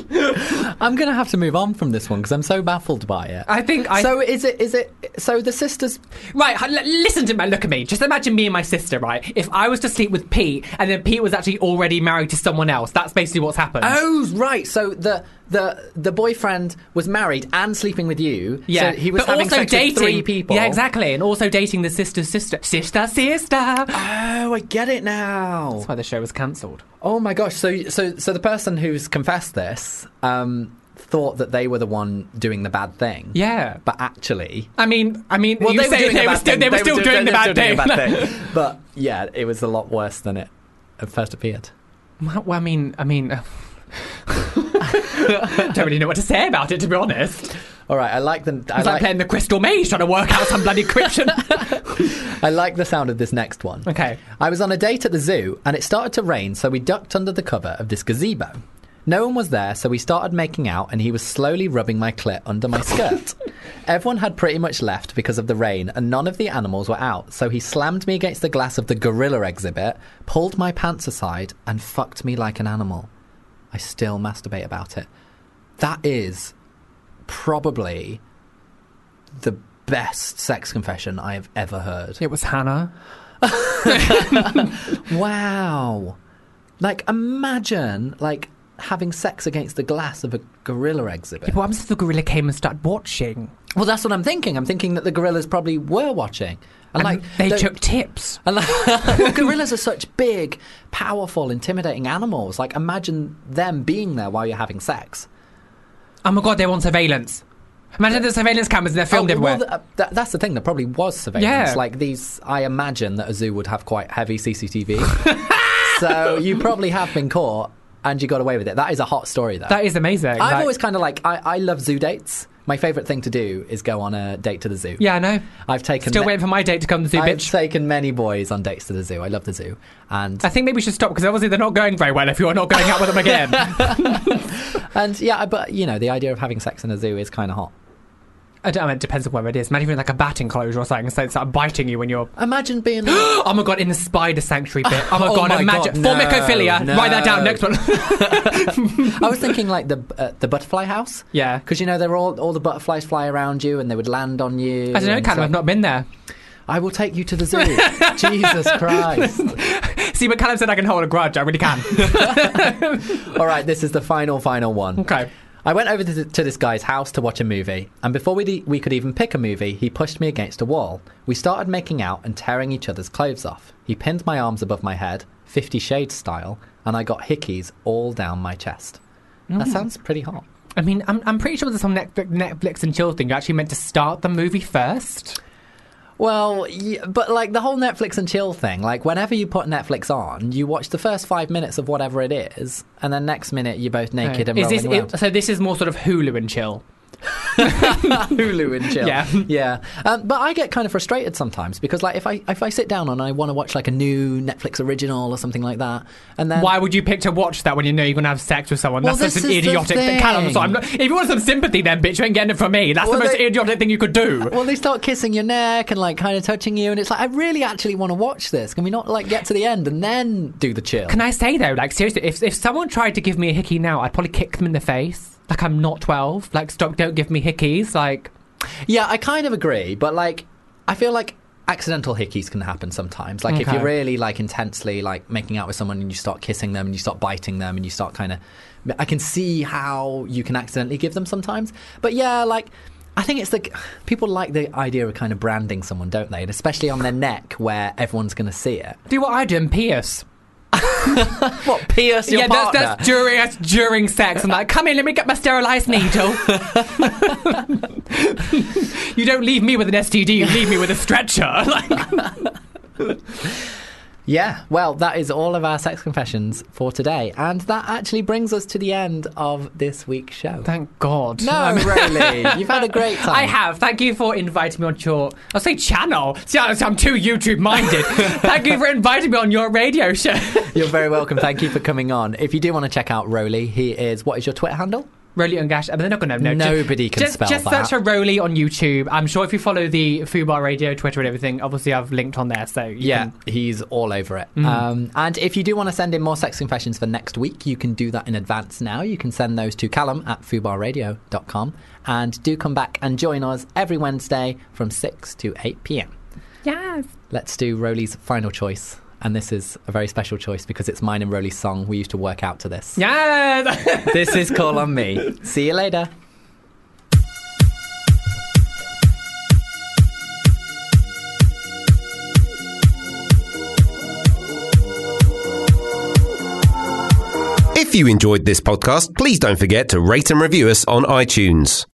Speaker 5: made no.
Speaker 4: I'm going to have to move on from this one because I'm so baffled by it.
Speaker 5: I think I
Speaker 4: so is it is it so the sisters
Speaker 5: Right, h- l- listen to me. Look at me. Just imagine me and my sister, right? If I was to sleep with Pete, and then Pete was actually already married to someone else. That's basically what's happened.
Speaker 4: Oh right, so the the the boyfriend was married and sleeping with you.
Speaker 5: yeah.
Speaker 4: so he was
Speaker 5: but
Speaker 4: having
Speaker 5: also
Speaker 4: sex
Speaker 5: dating
Speaker 4: with three people.
Speaker 5: Yeah, exactly. And also dating the sister's sister, sister, sister. That's
Speaker 4: Oh, I get it now.
Speaker 5: why the show was cancelled.
Speaker 4: Oh my gosh. So so so the person who's confessed this um, thought that they were the one doing the bad thing.
Speaker 5: Yeah.
Speaker 4: but actually.
Speaker 5: I mean, I mean, you say
Speaker 4: doing the
Speaker 5: they were
Speaker 4: bad
Speaker 5: still,
Speaker 4: thing.
Speaker 5: they were still doing the bad
Speaker 4: they
Speaker 5: thing.
Speaker 4: were doing the bad thing. But yeah, it was a lot worse than it at first appeared.
Speaker 5: Well, well, I mean, I mean. uh, don't really know what to say about it, to be honest. It's
Speaker 4: All right, I like the I
Speaker 5: like,
Speaker 4: like,
Speaker 5: playing the crystal maze, trying to work out some bloody encryption.
Speaker 4: I like the sound of this next one.
Speaker 5: Okay.
Speaker 4: I was on a date at the zoo and it started to rain, so we ducked under the cover of this gazebo. No one was there, so we started making out and he was slowly rubbing my clit under my skirt. Everyone had pretty much left because of the rain and none of the animals were out, so he slammed me against the glass of the gorilla exhibit, pulled my pants aside, and fucked me like an animal. I still masturbate about it. That is probably the best sex confession I have ever heard.
Speaker 5: it was Hannah.
Speaker 4: Wow. Like, imagine, like, having sex against the glass of a gorilla exhibit.
Speaker 5: What happens if the gorilla came and started watching?
Speaker 4: Well, that's what I'm thinking. I'm thinking that the gorillas probably were watching. And,
Speaker 5: And
Speaker 4: like,
Speaker 5: they
Speaker 4: the-
Speaker 5: took tips.
Speaker 4: And like, well, gorillas are such big, powerful, intimidating animals. Like, imagine them being there while you're having sex.
Speaker 5: Oh my god, they're on surveillance. Imagine the surveillance cameras and they're filmed
Speaker 4: Oh, well,
Speaker 5: everywhere.
Speaker 4: th- uh, that- that's the thing. There probably was surveillance.
Speaker 5: Yeah.
Speaker 4: Like these, I imagine that a zoo would have quite heavy CCTV. so you probably have been caught and you got away with it. That is a hot story, though.
Speaker 5: that is amazing.
Speaker 4: I've
Speaker 5: like-
Speaker 4: always kind of like I, I love zoo dates. My favorite thing to do is go on a date to the zoo.
Speaker 5: Yeah, I know.
Speaker 4: I've taken
Speaker 5: Still
Speaker 4: ma-
Speaker 5: waiting for my date to come to zoo,
Speaker 4: I've
Speaker 5: bitch.
Speaker 4: taken many boys on dates to the zoo. I love the zoo, and
Speaker 5: I think maybe we should stop because obviously they're not going very well if you're not going out with them again.
Speaker 4: and yeah, but you know the idea of having sex in a zoo is kind of hot.
Speaker 5: I don't. I mean, it depends on where it is. Imagine if you're in like a bat enclosure or something, so it's like biting you when you're.
Speaker 4: Imagine being.
Speaker 5: Oh my god! In the spider sanctuary bit. Oh my
Speaker 4: Oh
Speaker 5: god!
Speaker 4: my God,
Speaker 5: imagine
Speaker 4: no,
Speaker 5: formicophilia.
Speaker 4: no.
Speaker 5: Write that down. Next one.
Speaker 4: I was thinking like the uh, the butterfly house.
Speaker 5: Yeah.
Speaker 4: because you know they're all all the butterflies fly around you and they would land on you.
Speaker 5: I don't know,
Speaker 4: and
Speaker 5: Callum.
Speaker 4: so-
Speaker 5: I've not been there.
Speaker 4: I will take you to the zoo. Jesus Christ!
Speaker 5: See, but Callum said I can hold a grudge. I really can.
Speaker 4: All right, this is the final final one.
Speaker 5: Okay.
Speaker 4: I went over to, to this guy's house to watch a movie, and before we, we could even pick a movie, he pushed me against a wall. We started making out and tearing each other's clothes off. He pinned my arms above my head, Fifty Shades style, and I got hickeys all down my chest. That sounds pretty hot.
Speaker 5: I mean, I'm, I'm pretty sure there's some Netflix, Netflix and chill thing. You're actually meant to start the movie first.
Speaker 4: Well, y but like the whole Netflix and chill thing, like whenever you put Netflix on, you watch the first five minutes of whatever it is, and then next minute you're both naked and
Speaker 5: is
Speaker 4: rolling
Speaker 5: this
Speaker 4: around.
Speaker 5: so? This is more sort of Hulu and chill.
Speaker 4: Hulu and chill.
Speaker 5: Yeah.
Speaker 4: yeah. Um, but I get kind of frustrated sometimes because, like, if I if I sit down and I want to watch like a new Netflix original or something like that, and then
Speaker 5: Why would you pick to watch that when you know you're gonna have sex with someone?
Speaker 4: Um, Well,
Speaker 5: That's
Speaker 4: this
Speaker 5: such an
Speaker 4: is the
Speaker 5: idiotic thing. Callum, I'm sorry, I'm not, if you want some sympathy, then bitch, you ain't getting it from me. That's
Speaker 4: Well,
Speaker 5: the most
Speaker 4: they-
Speaker 5: idiotic thing you could do.
Speaker 4: Well, they start kissing your neck and like kind of touching you, and it's like I really actually want to watch this. Can we not like get to the end and then do the chill?
Speaker 5: Can I say though, like seriously, if if someone tried to give me a hickey now, I'd probably kick them in the face. Like I'm not twelve. Like stop, don't give me hickeys. Like
Speaker 4: Yeah, I kind of agree, but like, I feel like accidental hickeys can happen sometimes. Like, if
Speaker 5: Okay.
Speaker 4: you're really like intensely like making out with someone and you start kissing them and you start biting them and you start kind of, I can see how you can accidentally give them sometimes. But yeah, like. I think it's the people like the idea of kind of branding someone, don't they? And especially on their neck, where everyone's going to see it.
Speaker 5: do what I do and pierce.
Speaker 4: What pierce your
Speaker 5: yeah, that's,
Speaker 4: partner?
Speaker 5: that's during that's during sex. I'm like, come in, let me get my sterilized needle. you don't leave me with an STD. You leave me with a stretcher. Like,
Speaker 4: Yeah, well, that is all of our sex confessions for today, and that actually brings us to the end of this week's show.
Speaker 5: thank God.
Speaker 4: No, really. You've had a great time.
Speaker 5: I have. Thank you for inviting me on your. I'll say channel. See, I- I'm too YouTube minded. Thank you for inviting me on your radio show.
Speaker 4: You're very welcome. Thank you for coming on. If you do want to check out Roly, he is. What is your Twitter handle?
Speaker 5: Rolly and Gash. I mean, they're not going to know. Just-
Speaker 4: Nobody can
Speaker 5: just,
Speaker 4: spell
Speaker 5: just
Speaker 4: that.
Speaker 5: search for Rolly on YouTube. I'm sure if you follow the Fubar Radio Twitter and everything, obviously I've linked on there. So you
Speaker 4: Yeah,
Speaker 5: can-
Speaker 4: he's all over it. Um, and if you do want to send in more sex confessions for next week, you can do that in advance now. You can send those to Callum at fubarradio.com. And do come back and join us every Wednesday from 6 to 8 p.m.
Speaker 5: Yes.
Speaker 4: Let's do Roly's final choice. And this is a very special choice because it's mine and Roly's song. We used to work out to this.
Speaker 5: Yes.
Speaker 4: This is Call on Me. See you later.
Speaker 1: If you enjoyed this podcast, please don't forget to rate and review us on iTunes.